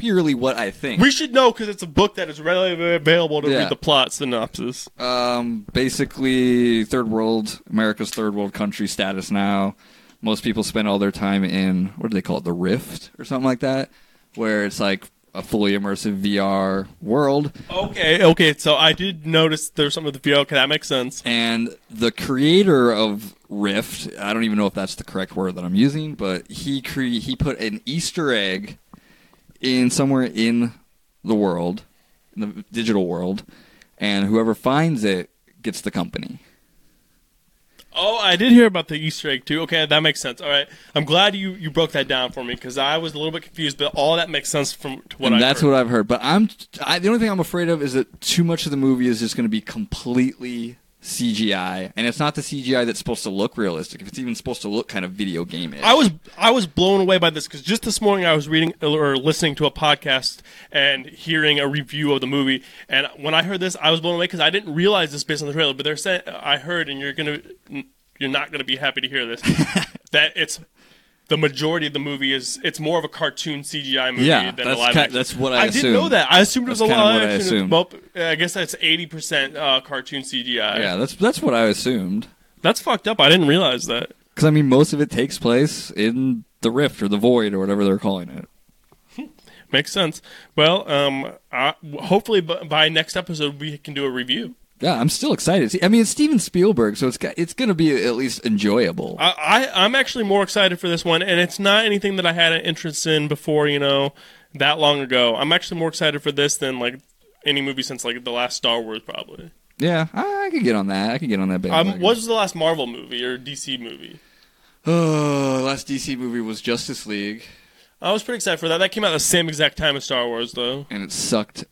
purely what I think. We should know because it's a book that is readily available to Yeah. read the plot synopsis. Um, basically, third world, America's third world country status now. Most people spend all their time in what do they call it, the Rift or something like that, where it's like a fully immersive VR world. Okay, okay. So I did notice there's something with the VR. Okay, that makes sense. And the creator of Rift, I don't even know if that's the correct word that I'm using, but he cre- he put an Easter egg in somewhere in the world, in the digital world, and whoever finds it gets the company. Oh, I did hear about the Easter egg too. Okay, that makes sense. All right, I'm glad you you broke that down for me because I was a little bit confused, but all that makes sense from to what and I. that's heard. what I've heard. But I'm I, the only thing I'm afraid of is that too much of the movie is just going to be completely CGI, and it's not the CGI that's supposed to look realistic. If it's even supposed to look kind of video game I was I was blown away by this because just this morning I was reading or listening to a podcast and hearing a review of the movie, and when I heard this, I was blown away because I didn't realize this based on the trailer. But they're saying I heard, and you're gonna you're not gonna be happy to hear this that it's the majority of the movie is it's more of a cartoon CGI movie Yeah, than that's a live ki- action. that's what I didn't know assumed. that. I assumed it was That's a kinda live what I action. assumed. Well, I guess that's eighty percent uh, cartoon CGI. yeah, that's that's what I assumed. that's fucked up. I didn't realize that. Because I mean, most of it takes place in the rift or the void or whatever they're calling it. Makes sense. Well, um, I, hopefully b- by next episode we can do a review. Yeah, I'm still excited. See, I mean, it's Steven Spielberg, so it's got, it's going to be at least enjoyable. I, I I'm actually more excited for this one, and it's not anything that I had an interest in before. You know, that long ago. I'm actually more excited for this than like any movie since like the last Star Wars, probably. yeah, I, I could get on that. I could get on that. Um, bandwagon. what was the last Marvel movie or DC movie? oh, last DC movie was Justice League, I was pretty excited for that. That came out the same exact time as Star Wars, though. and it sucked.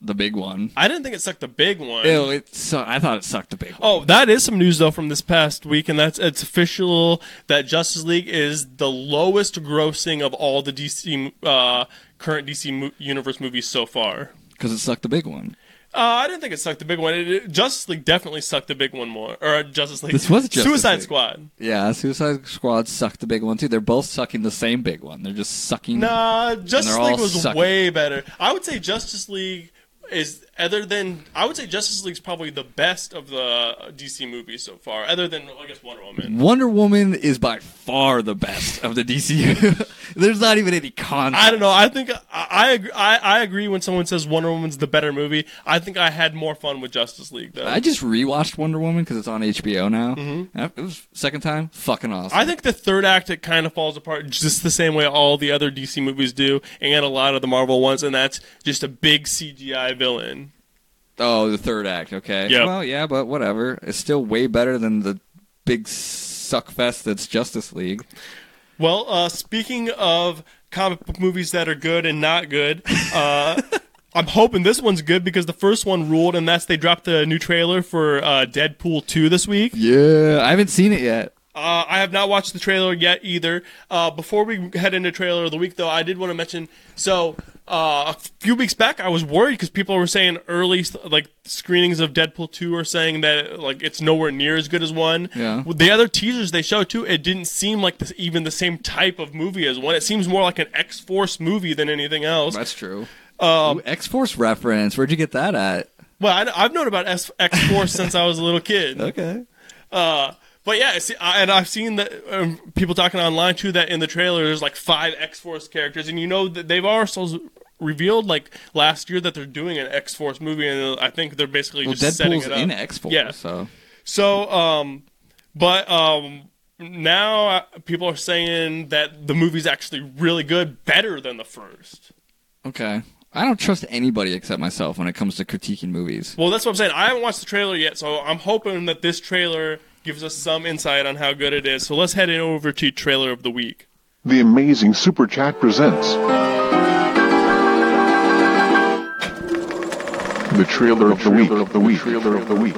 The big one. I didn't think it sucked the big one. Ew, it su- I thought it sucked a big one. Oh, that is some news though from this past week, and that's it's official that Justice League is the lowest grossing of all the DC uh, current DC mo- universe movies so far. Because it sucked the big one. Uh, I didn't think it sucked the big one. It, it- Justice League definitely sucked the big one more, or Justice League. This was Justice Suicide League. Squad. Yeah, Suicide Squad sucked the big one too. They're both sucking the same big one. They're just sucking. Nah, Justice they're all League was sucking. way better. I would say Justice League is other than I would say Justice League's probably the best of the DC movies so far, other than I guess Wonder Woman. Wonder Woman is by far the best of the DCU. There's not even any con. I don't know. I think I I, agree- I I agree when someone says Wonder Woman's the better movie. I think I had more fun with Justice League though. I I, just rewatched Wonder Woman because it's on HBO now. And It was second time. Fucking awesome. think the third act it kind of falls apart just the same way all the other DC movies do, and a lot of the Marvel ones, and that's just a big CGI villain. oh, the third act. Okay. Yep. Well, yeah, but whatever. It's still way better than the big suckfest that's Justice League. Well, uh, speaking of comic book movies that are good and not good, uh, I'm hoping this one's good because the first one ruled, and that's they dropped the new trailer for uh, Deadpool 2 this week. Yeah, I haven't seen it yet. Uh, I have not watched the trailer yet either. Uh, before we head into trailer of the week, though, I did want to mention. So uh, a few weeks back, I was worried because people were saying early like screenings of Deadpool two are saying that like it's nowhere near as good as one. Yeah. With The other teasers they showed too, it didn't seem like this, even the same type of movie as one. It seems more like an X Force movie than anything else. That's true. Um, X Force reference. Where'd you get that at? Well, I, I've known about X Force since I was a little kid. Okay. But yeah, see, I, and I've seen that um, people talking online too that in the trailer there's like five X Force characters, and you know that they've also revealed like last year that they're doing an X Force movie, and uh, I think they're basically Well, just setting Deadpool's it up. in X Force. Yeah. So So, um, but um, now uh, people are saying that the movie's actually really good, better than the first. okay. I don't trust anybody except myself when it comes to critiquing movies. Well, that's what I'm saying. I haven't watched the trailer yet, so I'm hoping that this trailer gives us some insight on how good it is. So let's head in over to trailer of the week. The amazing Super Chat presents the trailer of the week. Of the week. Trailer of the week.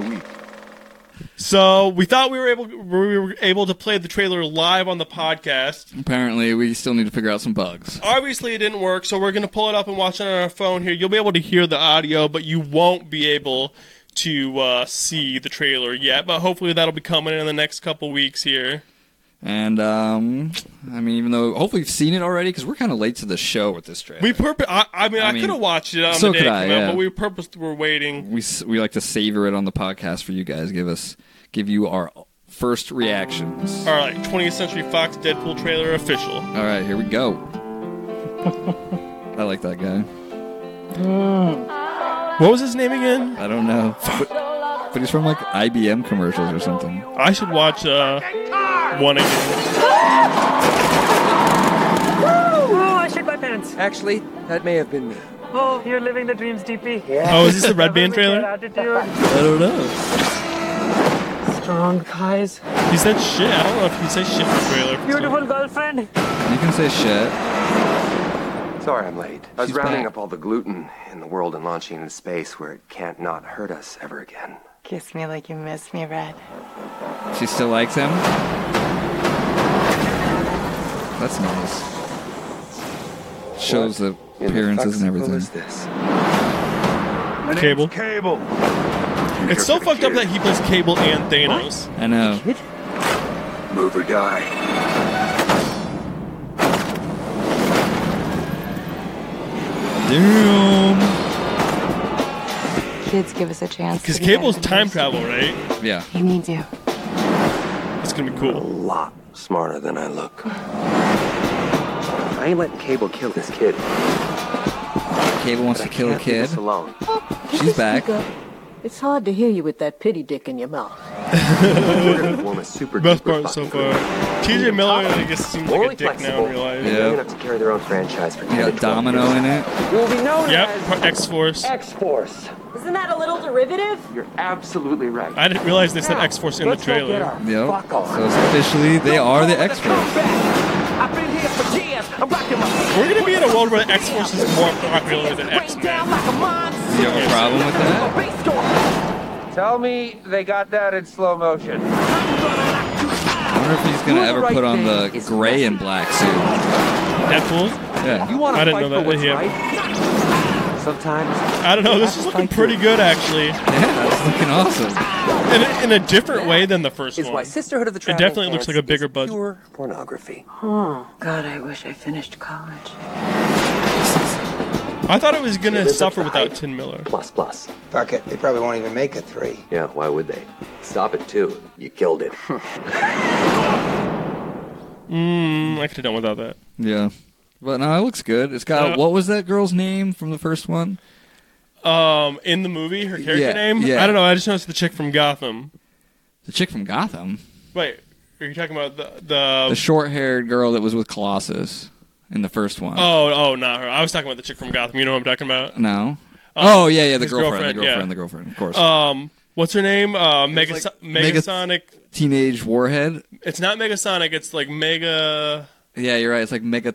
So we thought we were able we were able to play the trailer live on the podcast. Apparently, we still need to figure out some bugs. Obviously, it didn't work, so we're gonna pull it up and watch it on our phone here. You'll be able to hear the audio, but you won't be able to uh, see the trailer yet. But hopefully, that'll be coming in the next couple weeks here. And um, I mean, even though hopefully you've seen it already, because we're kind of late to the show with this trailer. We purpose. I, I mean, I, I mean, could have watched it on so the day could it I, came out, yeah. but we purposely were waiting. we s- we like to savor it on the podcast for you guys. Give us give you our first reactions. All right, 20th Century Fox Deadpool trailer official. All right, here we go. I like that guy. What was his name again? I don't know, but, but he's from like IBM commercials or something. I should watch uh, one again. Actually, that may have been me. Oh, you're living the dreams, DP. Oh, is this the Red Band trailer? Attitude. I don't know. Strong guys. He said shit. I don't know if he said shit in the trailer. for some- Beautiful girlfriend. You can say shit. Sorry I'm late. I was She's rounding back. up all the gluten in the world and launching into space where it can't not hurt us ever again. Kiss me like you miss me, Red. She still likes him. That's nice. Shows the In the appearances and fuck's hell everything. is this? Cable. Cable. It's so fucked up that he plays Cable and Thanos. I know. Move or die. Damn. Kids give us a chance. Because to be Cable's enemies. time travel, right? Yeah. You need to. It's gonna be cool. A lot smarter than I look. I ain't letting Cable kill this kid. Cable wants to kill a Can't leave kid. us alone. She's back. It's hard to hear you with that pity dick in your mouth. We're gonna form a super Best duper part so fucking far. group. TJ Miller, I guess, seems Morally like a dick now flexible. in real life. Yeah. Young enough to carry their own franchise for You 10 got to 12 Domino years. in it. You will be known Yep, X Force. X Force. Isn't that a little derivative? You're absolutely right. I didn't realize they said X Force in the Let's go get trailer. her. Yep. Fuck off. So it's officially they are the experts. I've been here for years. I'm rocking my We're gonna be in a world where X Force is more popular than X Men. You have a problem with that? Tell me they got that in slow motion. I wonder if he's gonna ever put on the gray and black suit. Deadpool? Yeah. want I didn't know that was him. Sometimes I don't know. This is looking pretty good, actually, Yeah, that's looking awesome. in a, in a different way than the first is why one. Sisterhood of the Traveling definitely looks Pants like a bigger is budget. Pure pornography. God, I wish I finished college. I thought it was gonna Elizabeth suffer without Hyde. Tim Miller. Plus plus. Fuck it, they probably won't even make a three. Yeah, why would they? Stop it too. You killed it. Mm, I could have done without that. Yeah. But no, it looks good. It's got Uh, what was that girl's name from the first one? Um, in the movie, her character Yeah, name. yeah. I don't know. I just noticed the chick from Gotham. The chick from Gotham. Wait, are you talking about the the? The short-haired girl that was with Colossus in the first one. oh, oh, not her. I was talking about the chick from Gotham. You know what I'm talking about? No. oh yeah, yeah, the Uh, his girlfriend, girlfriend, the yeah. girlfriend, the girlfriend, of course. Um, what's her name? Uh, Megas- like Mega- Megasonic. Teenage Warhead. It's not Megasonic. It's like Mega. Yeah, you're right. It's like mega.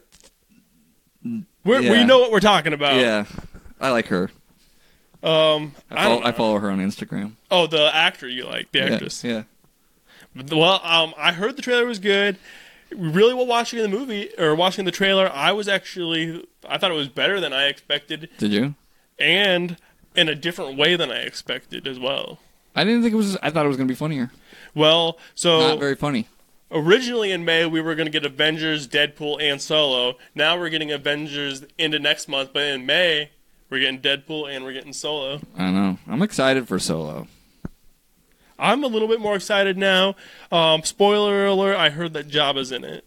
We're, Yeah. We know what we're talking about. Yeah, I like her. Oh. Um, I, I don't follow, I know. follow her on Instagram. Oh, the actor you like, the Yeah, actress. Yeah. Well, um, I heard the trailer was good. We really were watching the movie or watching the trailer. I was actually, I thought it was better than I expected, Did you? and in a different way than I expected as well. I didn't think it was. I thought it was gonna be funnier. Well, so Not very funny. originally in May we were going to get Avengers, Deadpool, and Solo. Now we're getting Avengers into next month, but in May we're getting Deadpool and we're getting Solo. I don't know. I'm excited for Solo. I'm a little bit more excited now. Um, spoiler alert: I heard that Jabba's in it,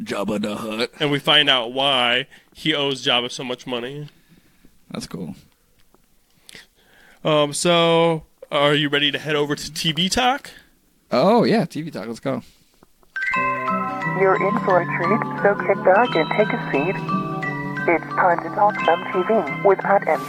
Jabba the Hutt. and we find out why he owes Jabba so much money. That's cool. Um, so are you ready to head over to TV Talk? Oh yeah, TV talk. Let's go. You're in for a treat, so kick back and take a seat. It's time to talk some TV with Pat and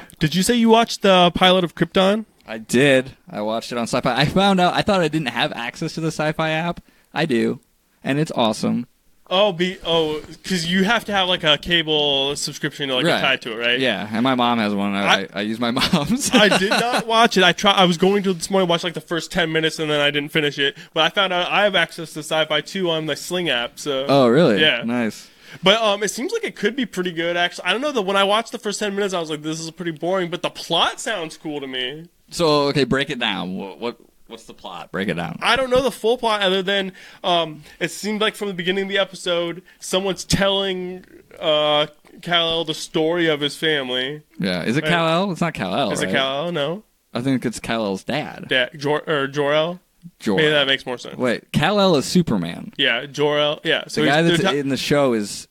Pete. Did you say you watched the pilot of Krypton? I did. I watched it on Sci-Fi. I found out. I thought I didn't have access to the Sci-Fi app. I do, and it's awesome. Oh, be oh, because you have to have like a cable subscription to like Right. tied to it, right? Yeah, and my mom has one. I, I- I, I use my mom's. I did not watch it. I try. I was going to this morning watch like the first ten minutes, and then I didn't finish it. But I found out I have access to Sci-Fi Two on the Sling app. So. oh, really? Yeah. Nice. But um, it seems like it could be pretty good. Actually, I don't know. That when I watched the first ten minutes, I was like, "This is pretty boring," but the plot sounds cool to me. So okay, break it down. What, what what's the plot? Break it down. I don't know the full plot other than um, it seemed like from the beginning of the episode, someone's telling uh, Kal El the story of his family. Yeah, is it Right. Kal El? It's not Kal El. Is right? it Kal El? No, I think it's Kal El's dad. Dad, Jor or Jor El. Jor. Maybe that makes more sense. Wait, Kal El is Superman. Yeah, Jor El. Yeah, so The guy he's- that's they're te- in the show is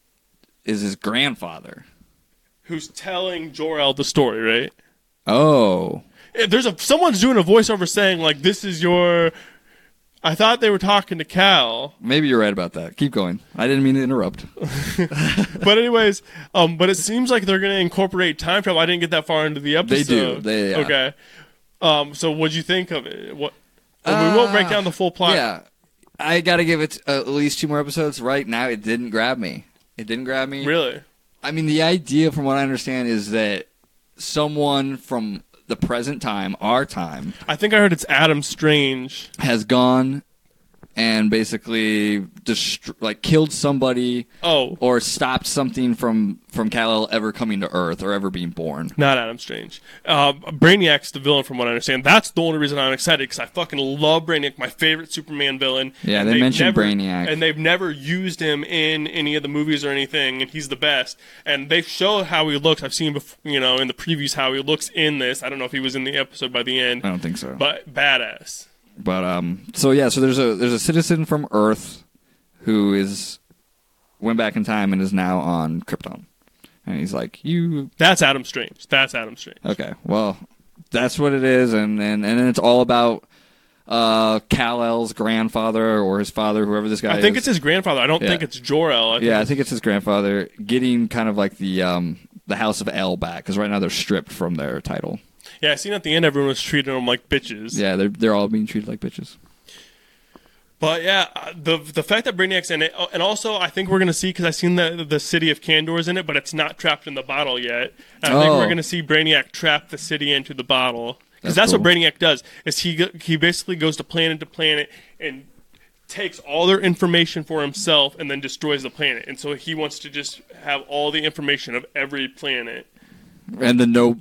is his grandfather. who's telling Jor El the story, right? Oh, If there's a someone's doing a voiceover saying like, "This is your." I thought they were talking to Cal. maybe you're right about that. Keep going. I didn't mean to interrupt. but anyways, um, but it seems like they're gonna incorporate time travel. I didn't get that far into the episode. They do. They- yeah. Okay. Um, so what'd you think of it? What well, we won't break down the full plot. Uh, Yeah, I got to give it uh, at least two more episodes. Right now, it didn't grab me. It didn't grab me. Really? I mean, the idea, from what I understand, is that someone from the present time, our time, I think I heard it's Adam Strange. has gone and basically dest- like killed somebody Oh. or stopped something from from Kal-El ever coming to Earth or ever being born. Not Adam Strange. Uh, Brainiac's the villain, from what I understand. That's the only reason I'm excited because I fucking love Brainiac, my favorite Superman villain. Yeah, And they they've mentioned never- Brainiac. and they've never used him in any of the movies or anything, and he's the best. And they've showed how he looks. I've seen, bef- you know, in the previews how he looks in this. I don't know if he was in the episode by the end, I don't think so. but badass. But um, so yeah, so there's a there's a citizen from Earth who is went back in time and is now on Krypton, and he's like, you That's Adam Strange. That's Adam Strange. okay, well, that's what it is, and and and it's all about uh Kal El's grandfather or his father, whoever this guy. I think is. it's his grandfather. I don't Yeah. think it's Jor El. I think yeah, I think it's his grandfather getting kind of like the um the House of El back because right now they're stripped from their title. Yeah, I seen at the end everyone was treating them like bitches. Yeah, they're they're all being treated like bitches. But yeah, uh, the the fact that Brainiac's in it, oh, and also I think we're gonna see because I seen the the city of Kandor's in it, but it's not trapped in the bottle yet. And I think Oh. we're gonna see Brainiac trap the city into the bottle because that's, That's what cool. Brainiac does. Is he go- he basically goes to planet to planet and takes all their information for himself and then destroys the planet. And so he wants to just have all the information of every planet. And then no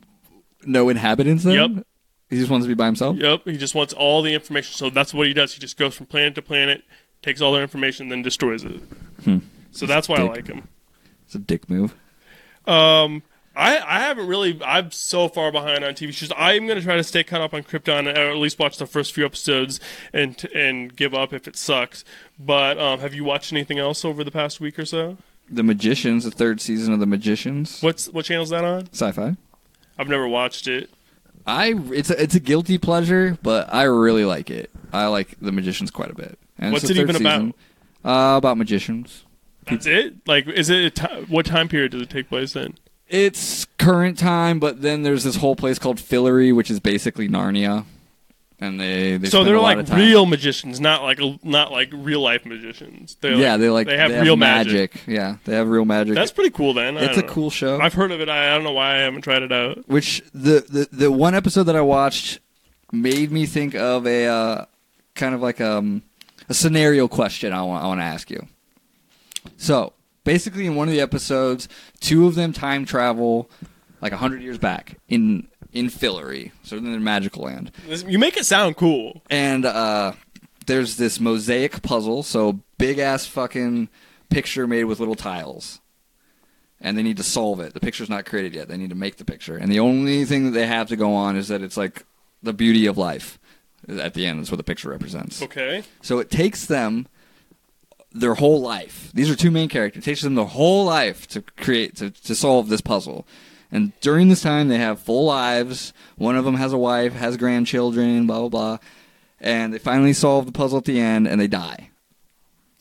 no inhabitants then? Yep. He just wants to be by himself? Yep, he just wants all the information. So that's what he does. He just goes from planet to planet, takes all their information, then destroys it. Hmm. So that's why I Dick. like him. It's a dick move. Um, I I haven't really. I'm so far behind on TV shows. I'm gonna try to stay caught up on Krypton, or at least watch the first few episodes and and give up if it sucks. But um, have you watched anything else over the past week or so? The Magicians, the third season of The Magicians. What's what channel's that on? Sci-fi. I've never watched it. I it's a, it's a guilty pleasure, but I really like it. I like The Magicians quite a bit. And it's What's the it third even about? season. Uh, about magicians. Hmm. That's it. Like, is it a ti what time period does it take place in? It's current time, but then there's this whole place called Fillory, which is basically Narnia, and they, they so spend they're a lot like of time- real magicians, not like not like real life magicians. They're yeah, they like they have real magic. Yeah, they have real magic. That's pretty cool. Then I it's a don't know. cool show. I've heard of it. I, I don't know why I haven't tried it out. which the, the the one episode that I watched made me think of a uh, kind of like um, a scenario question I want I want to ask you. So basically, in one of the episodes, two of them time travel like hundred years back in in Fillory, so in the magical land, This- You make it sound cool. and uh, there's this mosaic puzzle. So big ass fucking picture made with little tiles, and they need to solve it. The picture's not created yet. They need to make the picture, and the only thing that they have to go on is that it's like the beauty of life. At the end, is what the picture represents. Okay. So it takes them their whole life. These are two main characters. It takes them their whole life to create to, to solve this puzzle. And during this time, they have full lives. One of them has a wife, has grandchildren, blah blah blah. And they finally solve the puzzle at the end, and they die.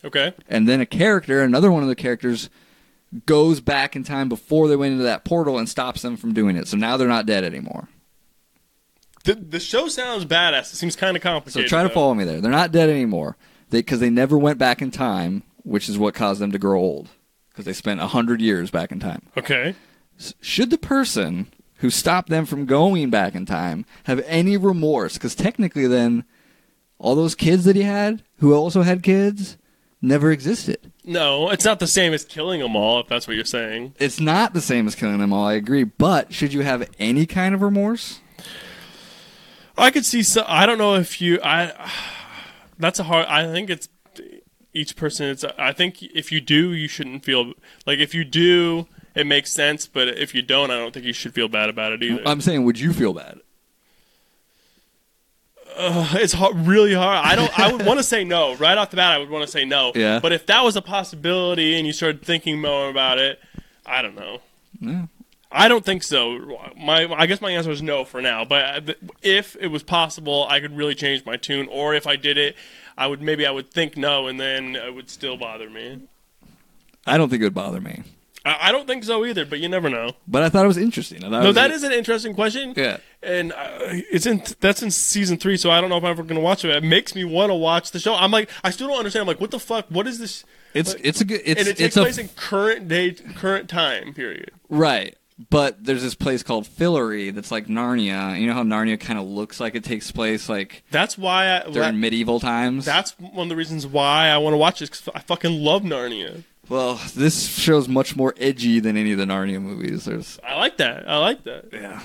Okay. And then a character, another one of the characters, goes back in time before they went into that portal and stops them from doing it. So now they're not dead anymore. The, the show sounds badass. It seems kind of So complicated. try to though. follow me there. They're not dead anymore because they, never went back in time which is what caused them to grow old because they spent 100 years back in time. Okay. S- Should the person who stopped them from going back in time have any remorse? Because technically, then, all those kids that he had, who also had kids, never existed. No, it's not the same as killing them all, if that's what you're saying. It's not the same as killing them all, I agree, but should you have any kind of remorse? I could see. So, I don't know if you. I. That's a hard. I think it's each person. It's. I think if you do, you shouldn't feel like if you do, it makes sense. But if you don't, I don't think you should feel bad about it either. I'm saying, would you feel bad? Ugh, it's hard, really hard. I don't. I would want to say no right off the bat. I would want to say no. Yeah. But if that was a possibility and you started thinking more about it, I don't know. No. I don't think so. My, I guess my answer is no for now. But uh, if it was possible, I could really change my tune. Or if I did it, I would maybe I would think no, and then it would still bother me. I don't think it would bother me. I, I don't think so either. But you never know. But I thought it was interesting. I thought it no, was that is an interesting question. Yeah. and uh, it's in that's in season three, so I don't know if I'm ever going to watch it. It makes me want to watch the show. I'm like, I still don't understand. I'm like, what the fuck? What is this? It's- Like- it's a good- it's- and it takes it's a- place in current day, current time period. Right. But there's this place called Fillory that's like Narnia. You know how Narnia kind of looks like it takes place like That's why I. during medieval times? that's one of the reasons why I want to watch this because I fucking love Narnia. well, this show's much more edgy than any of the Narnia movies. There's I like that. I like that. Yeah.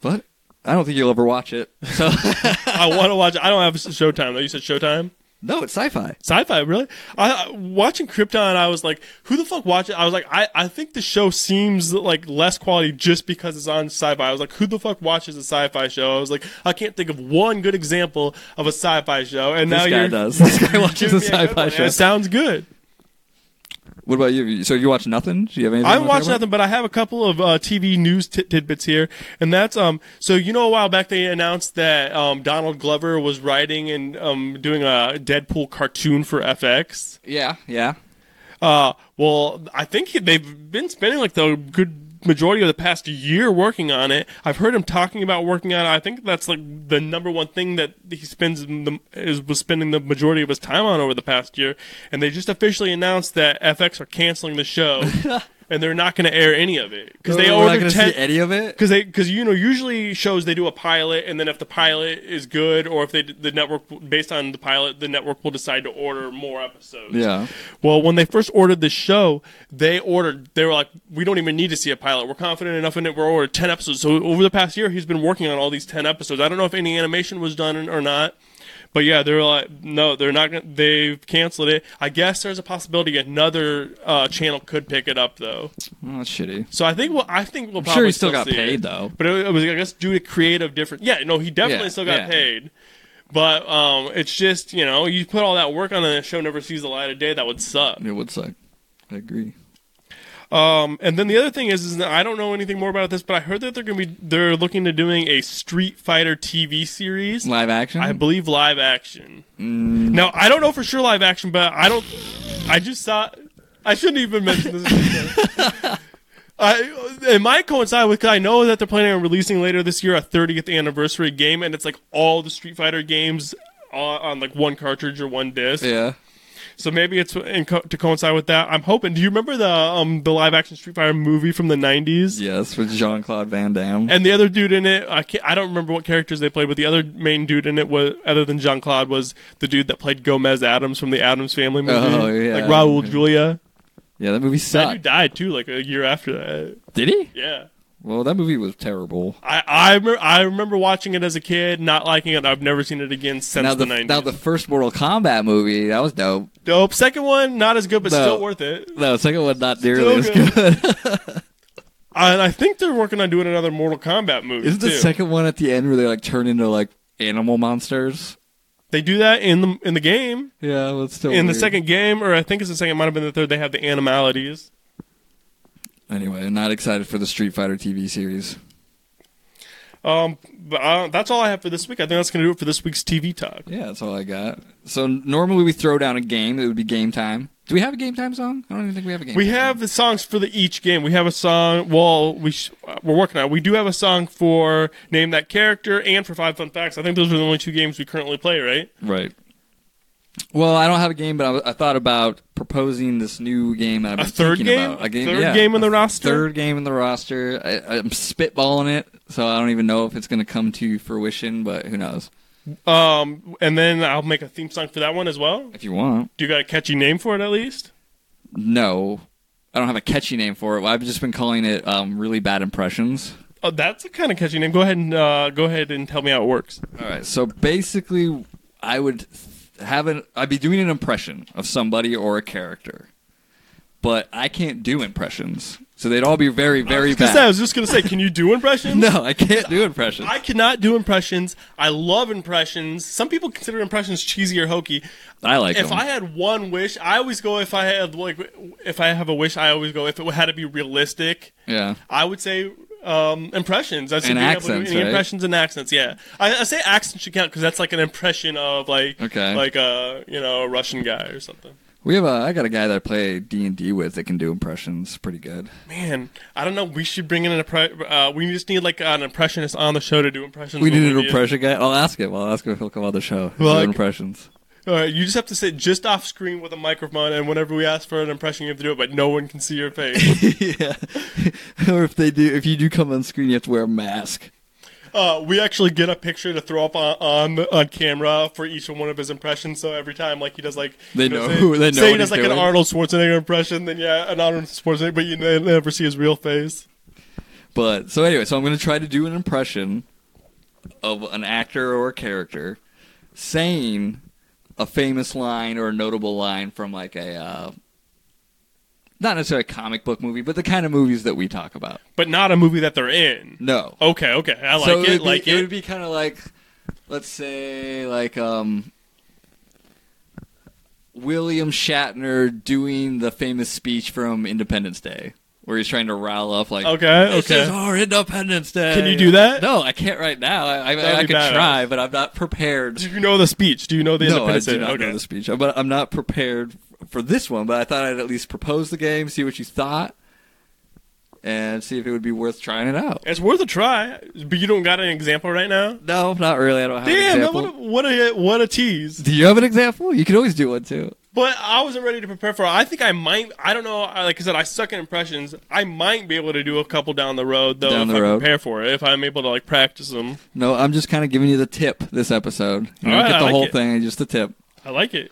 But I don't think you'll ever watch it. So I want to watch. I don't have Showtime though. You said Showtime. No, it's sci-fi. Sci-fi, really? I I- watching Krypton. I was like, who the fuck watch it? I was like, I, I think the show seems like less quality just because it's on sci-fi. I was like, who the fuck watches a sci-fi show? I was like, I can't think of one good example of a sci-fi show. And This now guy you're, does. This guy you're watches giving a me good sci-fi one, show. and It sounds good. What about you? So you watch nothing? Do you have anything? I you haven't wanna watched talk about? nothing, but I have a couple of uh, TV news t- tidbits here, and that's um. So you know, a while back they announced that um, Donald Glover was writing and um, doing a Deadpool cartoon for FX. Yeah, yeah. Uh, well, I think he- they've been spending like the good majority of the past year working on it. I've heard him talking about working on it. I think that's like the number one thing that he spends the, is was spending the majority of his time on over the past year. And they just officially announced that FX are canceling the show. And they're not going to air any of it because they We're not ordered gonna ten. see any of it. Because they, because you know, usually shows they do a pilot, and then if the pilot is good, or if they the network based on the pilot, the network will decide to order more episodes. Yeah. Well, when they first ordered the show, they ordered. They were like, "We don't even need to see a pilot. We're confident enough in it. We're ordered ten episodes." So over the past year, he's been working on all these ten episodes. I don't know if any animation was done or not, but yeah, they're like, "No, they're not. Gonna, they've canceled it." I guess there's a possibility another uh, channel could pick it up though. Oh, that's shitty. So I think we'll, I think we'll sure probably he still got see paid, it. though. But it, was I guess due to creative difference. Yeah, no, he definitely Yeah, still got yeah. paid. But um, it's just you know you put all that work on it and the show never sees the light of day. That would suck. It would suck. I agree. Um, and then the other thing is, is that I don't know anything more about this, but I heard that they're going to be they're looking to doing a Street Fighter TV series. Live action. I believe live action. Now I don't know for sure live action, but I don't. I just saw. I shouldn't even mention this. I, it might coincide with 'cause I know that they're planning on releasing later this year a 30th anniversary game, and it's like all the Street Fighter games on, on like one cartridge or one disc. Yeah. So maybe it's in co- to coincide with that. I'm hoping. Do you remember the um the live action Street Fighter movie from the 90s? Yes, with Jean Claude Van Damme. And the other dude in it, I can't, I don't remember what characters they played, but the other main dude in it was other than Jean Claude was the dude that played Gomez Adams from the Adams Family movie, Oh, yeah. like Raul Julia. yeah, that movie That dude sucked. died too, like a year after that. Did he? Yeah. Well, that movie was terrible. I I, remember, I remember watching it as a kid, not liking it. I've never seen it again since now the, the 90s. now the first Mortal Kombat movie that was dope. Dope. Second one, not as good, but No. still worth it. No, the second one not nearly Still as good. And I think they're working on doing another Mortal Kombat movie. Isn't the too. second one at the end where they like turn into like animal monsters? They do that in the in the game. Yeah, well, it's still in the weird. second game, or I think it's the second, might have been the third. They have the animalities. Anyway, I'm not excited for the Street Fighter TV series. Um, but uh, that's all I have for this week. I think that's going to do it for this week's TV talk. Yeah, that's all I got. So normally we throw down a game. It would be game time. Do we have a game time song? I don't even think we have a game. We time. have the songs for the each game. We have a song. Well, we sh- uh, we're working on. it. We do have a song for name that character and for five fun facts. I think those are the only two games we currently play, right? right. Well, I don't have a game, but I, w- I thought about proposing this new game that I've A been third thinking game? about. A game, Third yeah, game in the a roster? Third game in the roster. I, I'm spitballing it, so I don't even know if it's going to come to fruition, but who knows? Um, and then I'll make a theme song for that one as well. If you want, Do you got a catchy name for it at least? no, I don't have a catchy name for it. I've just been calling it um, really bad impressions. Oh, that's a kind of catchy name. Go ahead and uh, go ahead and tell me how it works. All right. So basically, I would have an. I'd be doing an impression of somebody or a character, but I can't do impressions. So they'd all be very, very Just I bad. was just gonna say, can you do impressions? No, I can't do impressions. I cannot do impressions. I love impressions. Some people consider impressions cheesy or hokey. I like if them. I had one wish, I always go. If I had like, if I have a wish, I always go. If it had to be realistic, yeah. I would say um, impressions. I should And be able to accents, do any right? impressions and accents. Yeah, I, I say accents should count because that's like an impression of like Okay. like a you know a Russian guy or something. We have a. I got a guy that I play D and D with that can do impressions pretty good. Man, I don't know. We should bring in an impre- uh, We just need like an impressionist on the show to do impressions. We when need an do it. impression guy. I'll ask him. I'll ask him if he'll come on the show. Do Like- impressions. All right, you just have to sit just off screen with a microphone, and whenever we ask for an impression, you have to do it, but no one can see your face. yeah. or if they do, if you do come on screen, you have to wear a mask. uh, we actually get a picture to throw up on, on on camera for each one of his impressions. So every time, like he does, like They you know say- who- they know say what he does he's like an doing. Arnold Schwarzenegger impression, then yeah, an Arnold Schwarzenegger, but you ne- never see his real face. But so anyway, so I'm going to try to do an impression of an actor or a character saying a famous line or a notable line from like a uh, not necessarily a comic book movie, but the kind of movies that we talk about. But not a movie that they're in. No. Okay, okay, I like so it, would be, like would it. be kind of like, let's say, like um, William Shatner doing the famous speech from Independence Day, where he's trying to rile up like, Okay, "This okay. is our Independence Day." Can you do that? No, I can't right now. I, That'd I, I be could badass. try, but I'm not prepared. Do you know the speech? Do you know the No, I Independence do Day? not okay. know the speech, but I'm not prepared for this one. But I thought I'd at least propose the game, see what you thought, and see if it would be worth trying it out. It's worth a try, but you don't got an example right now. No, not really. I don't have an Damn, that example. what a, what a what a tease. Do you have an example? You can always do one too. But I wasn't ready to prepare for. it. I think I might. I don't know. I- Like I said, I suck at impressions. I might be able to do a couple down the road though if Down the I road. prepare for it. If I'm able to like practice them, No, I'm just kind of giving you the tip this episode. All You don't right, get I the like whole it. thing, just the tip. I like it.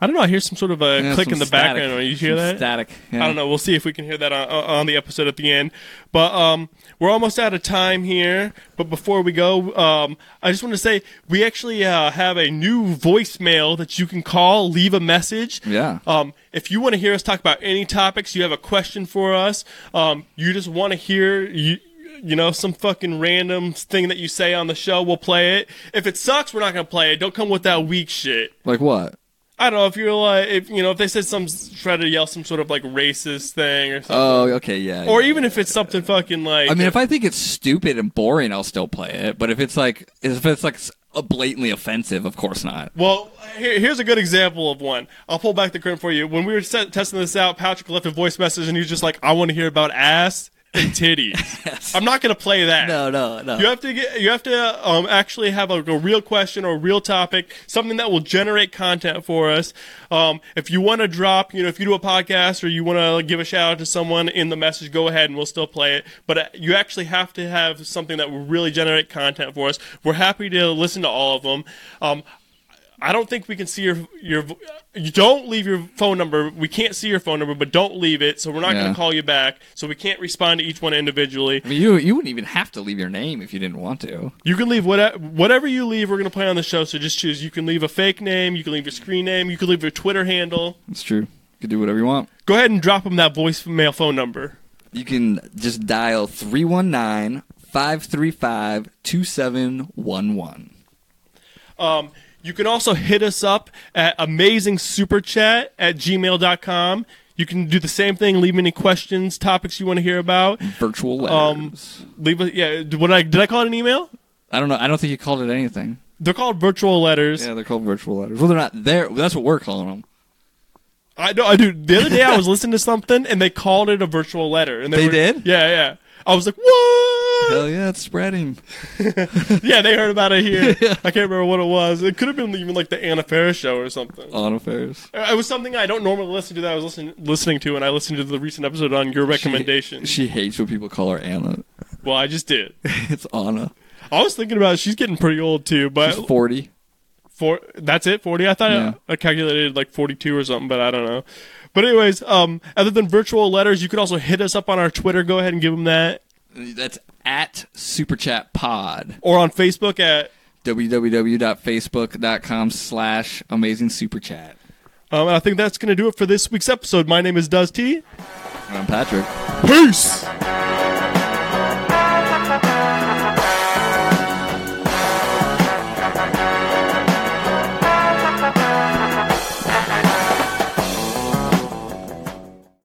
I don't know. I hear some sort of a Yeah, click some in the static. background. You hear Some that? Static. I don't know. We'll see if we can hear that on, on the episode at the end. But um, we're almost out of time here. But before we go, um, I just want to say we actually uh, have a new voicemail that you can call, leave a message. Yeah. Um, if you want to hear us talk about any topics, you have a question for us, um, you just want to hear you. You know, some fucking random thing that you say on the show, we'll play it. If it sucks, we're not gonna play it. Don't come with that weak shit. Like what? I don't know if you're like if you know if they said some try to yell some sort of like racist thing or something, Oh, okay, yeah. or yeah. even if it's something fucking like I mean, if I think it's stupid and boring, I'll still play it. But if it's like, if it's like s- uh, blatantly offensive, of course not. Well, here, here's a good example of one. I'll pull back the curtain for you. When we were set, testing this out, Patrick left a voice message and he was just like, "I want to hear about ass and titties." I'm not gonna play that. No, no, no. You have to get. You have to um, actually have a, a real question or a real topic, something that will generate content for us. Um, if you want to drop, you know, if you do a podcast or you want to give a shout out to someone in the message, go ahead and we'll still play it. But uh, you actually have to have something that will really generate content for us. We're happy to listen to all of them. Um, I don't think we can see your your. You don't leave your phone number. We can't see your phone number, but don't leave it. So we're not going Yeah. to call you back. So we can't respond to each one individually. I mean, you you wouldn't even have to leave your name if you didn't want to. You can leave whatever whatever you leave. We're going to play on the show. So just choose. You can leave a fake name. You can leave your screen name. You can leave your Twitter handle. It's true. You can do whatever you want. Go ahead and drop them that voicemail phone number. You can just dial 319 535 2711. Um, you can also hit us up at amazingsuperchat at gmail.com. You can do the same thing. Leave any questions, topics you want to hear about. Virtual Um, letters. Leave a, yeah. What I did I call it an email? I don't know. I don't think you called it anything. They're called virtual letters. Yeah, they're called virtual letters. Well, they're not there. That's what we're calling them. I know, I do. The other day I was listening to something and they called it a virtual letter. And They were- did? Yeah, yeah. I was like, what? Hell yeah, it's spreading. yeah, they heard about it here. I can't remember what it was. It could have been even like the Anna Faris show or something. On affairs. It was something I don't normally listen to that I was listen- listening to, and I listened to the recent episode on your recommendation. She hates when people call her Anna. well, I just did. It's Anna. I was thinking about she's getting pretty old too, but She's 40. four, that's it, 40? I thought Yeah. I calculated like 42 or something, but I don't know. But, anyways, um, other than virtual letters, you could also hit us up on our Twitter. Go ahead and give them that. That's at Super Chat Pod. Or on Facebook at www.facebook.com slash amazing super chat. Um, and I think that's going to do it for this week's episode. My name is Dusty. And I'm Patrick. Peace! Bye.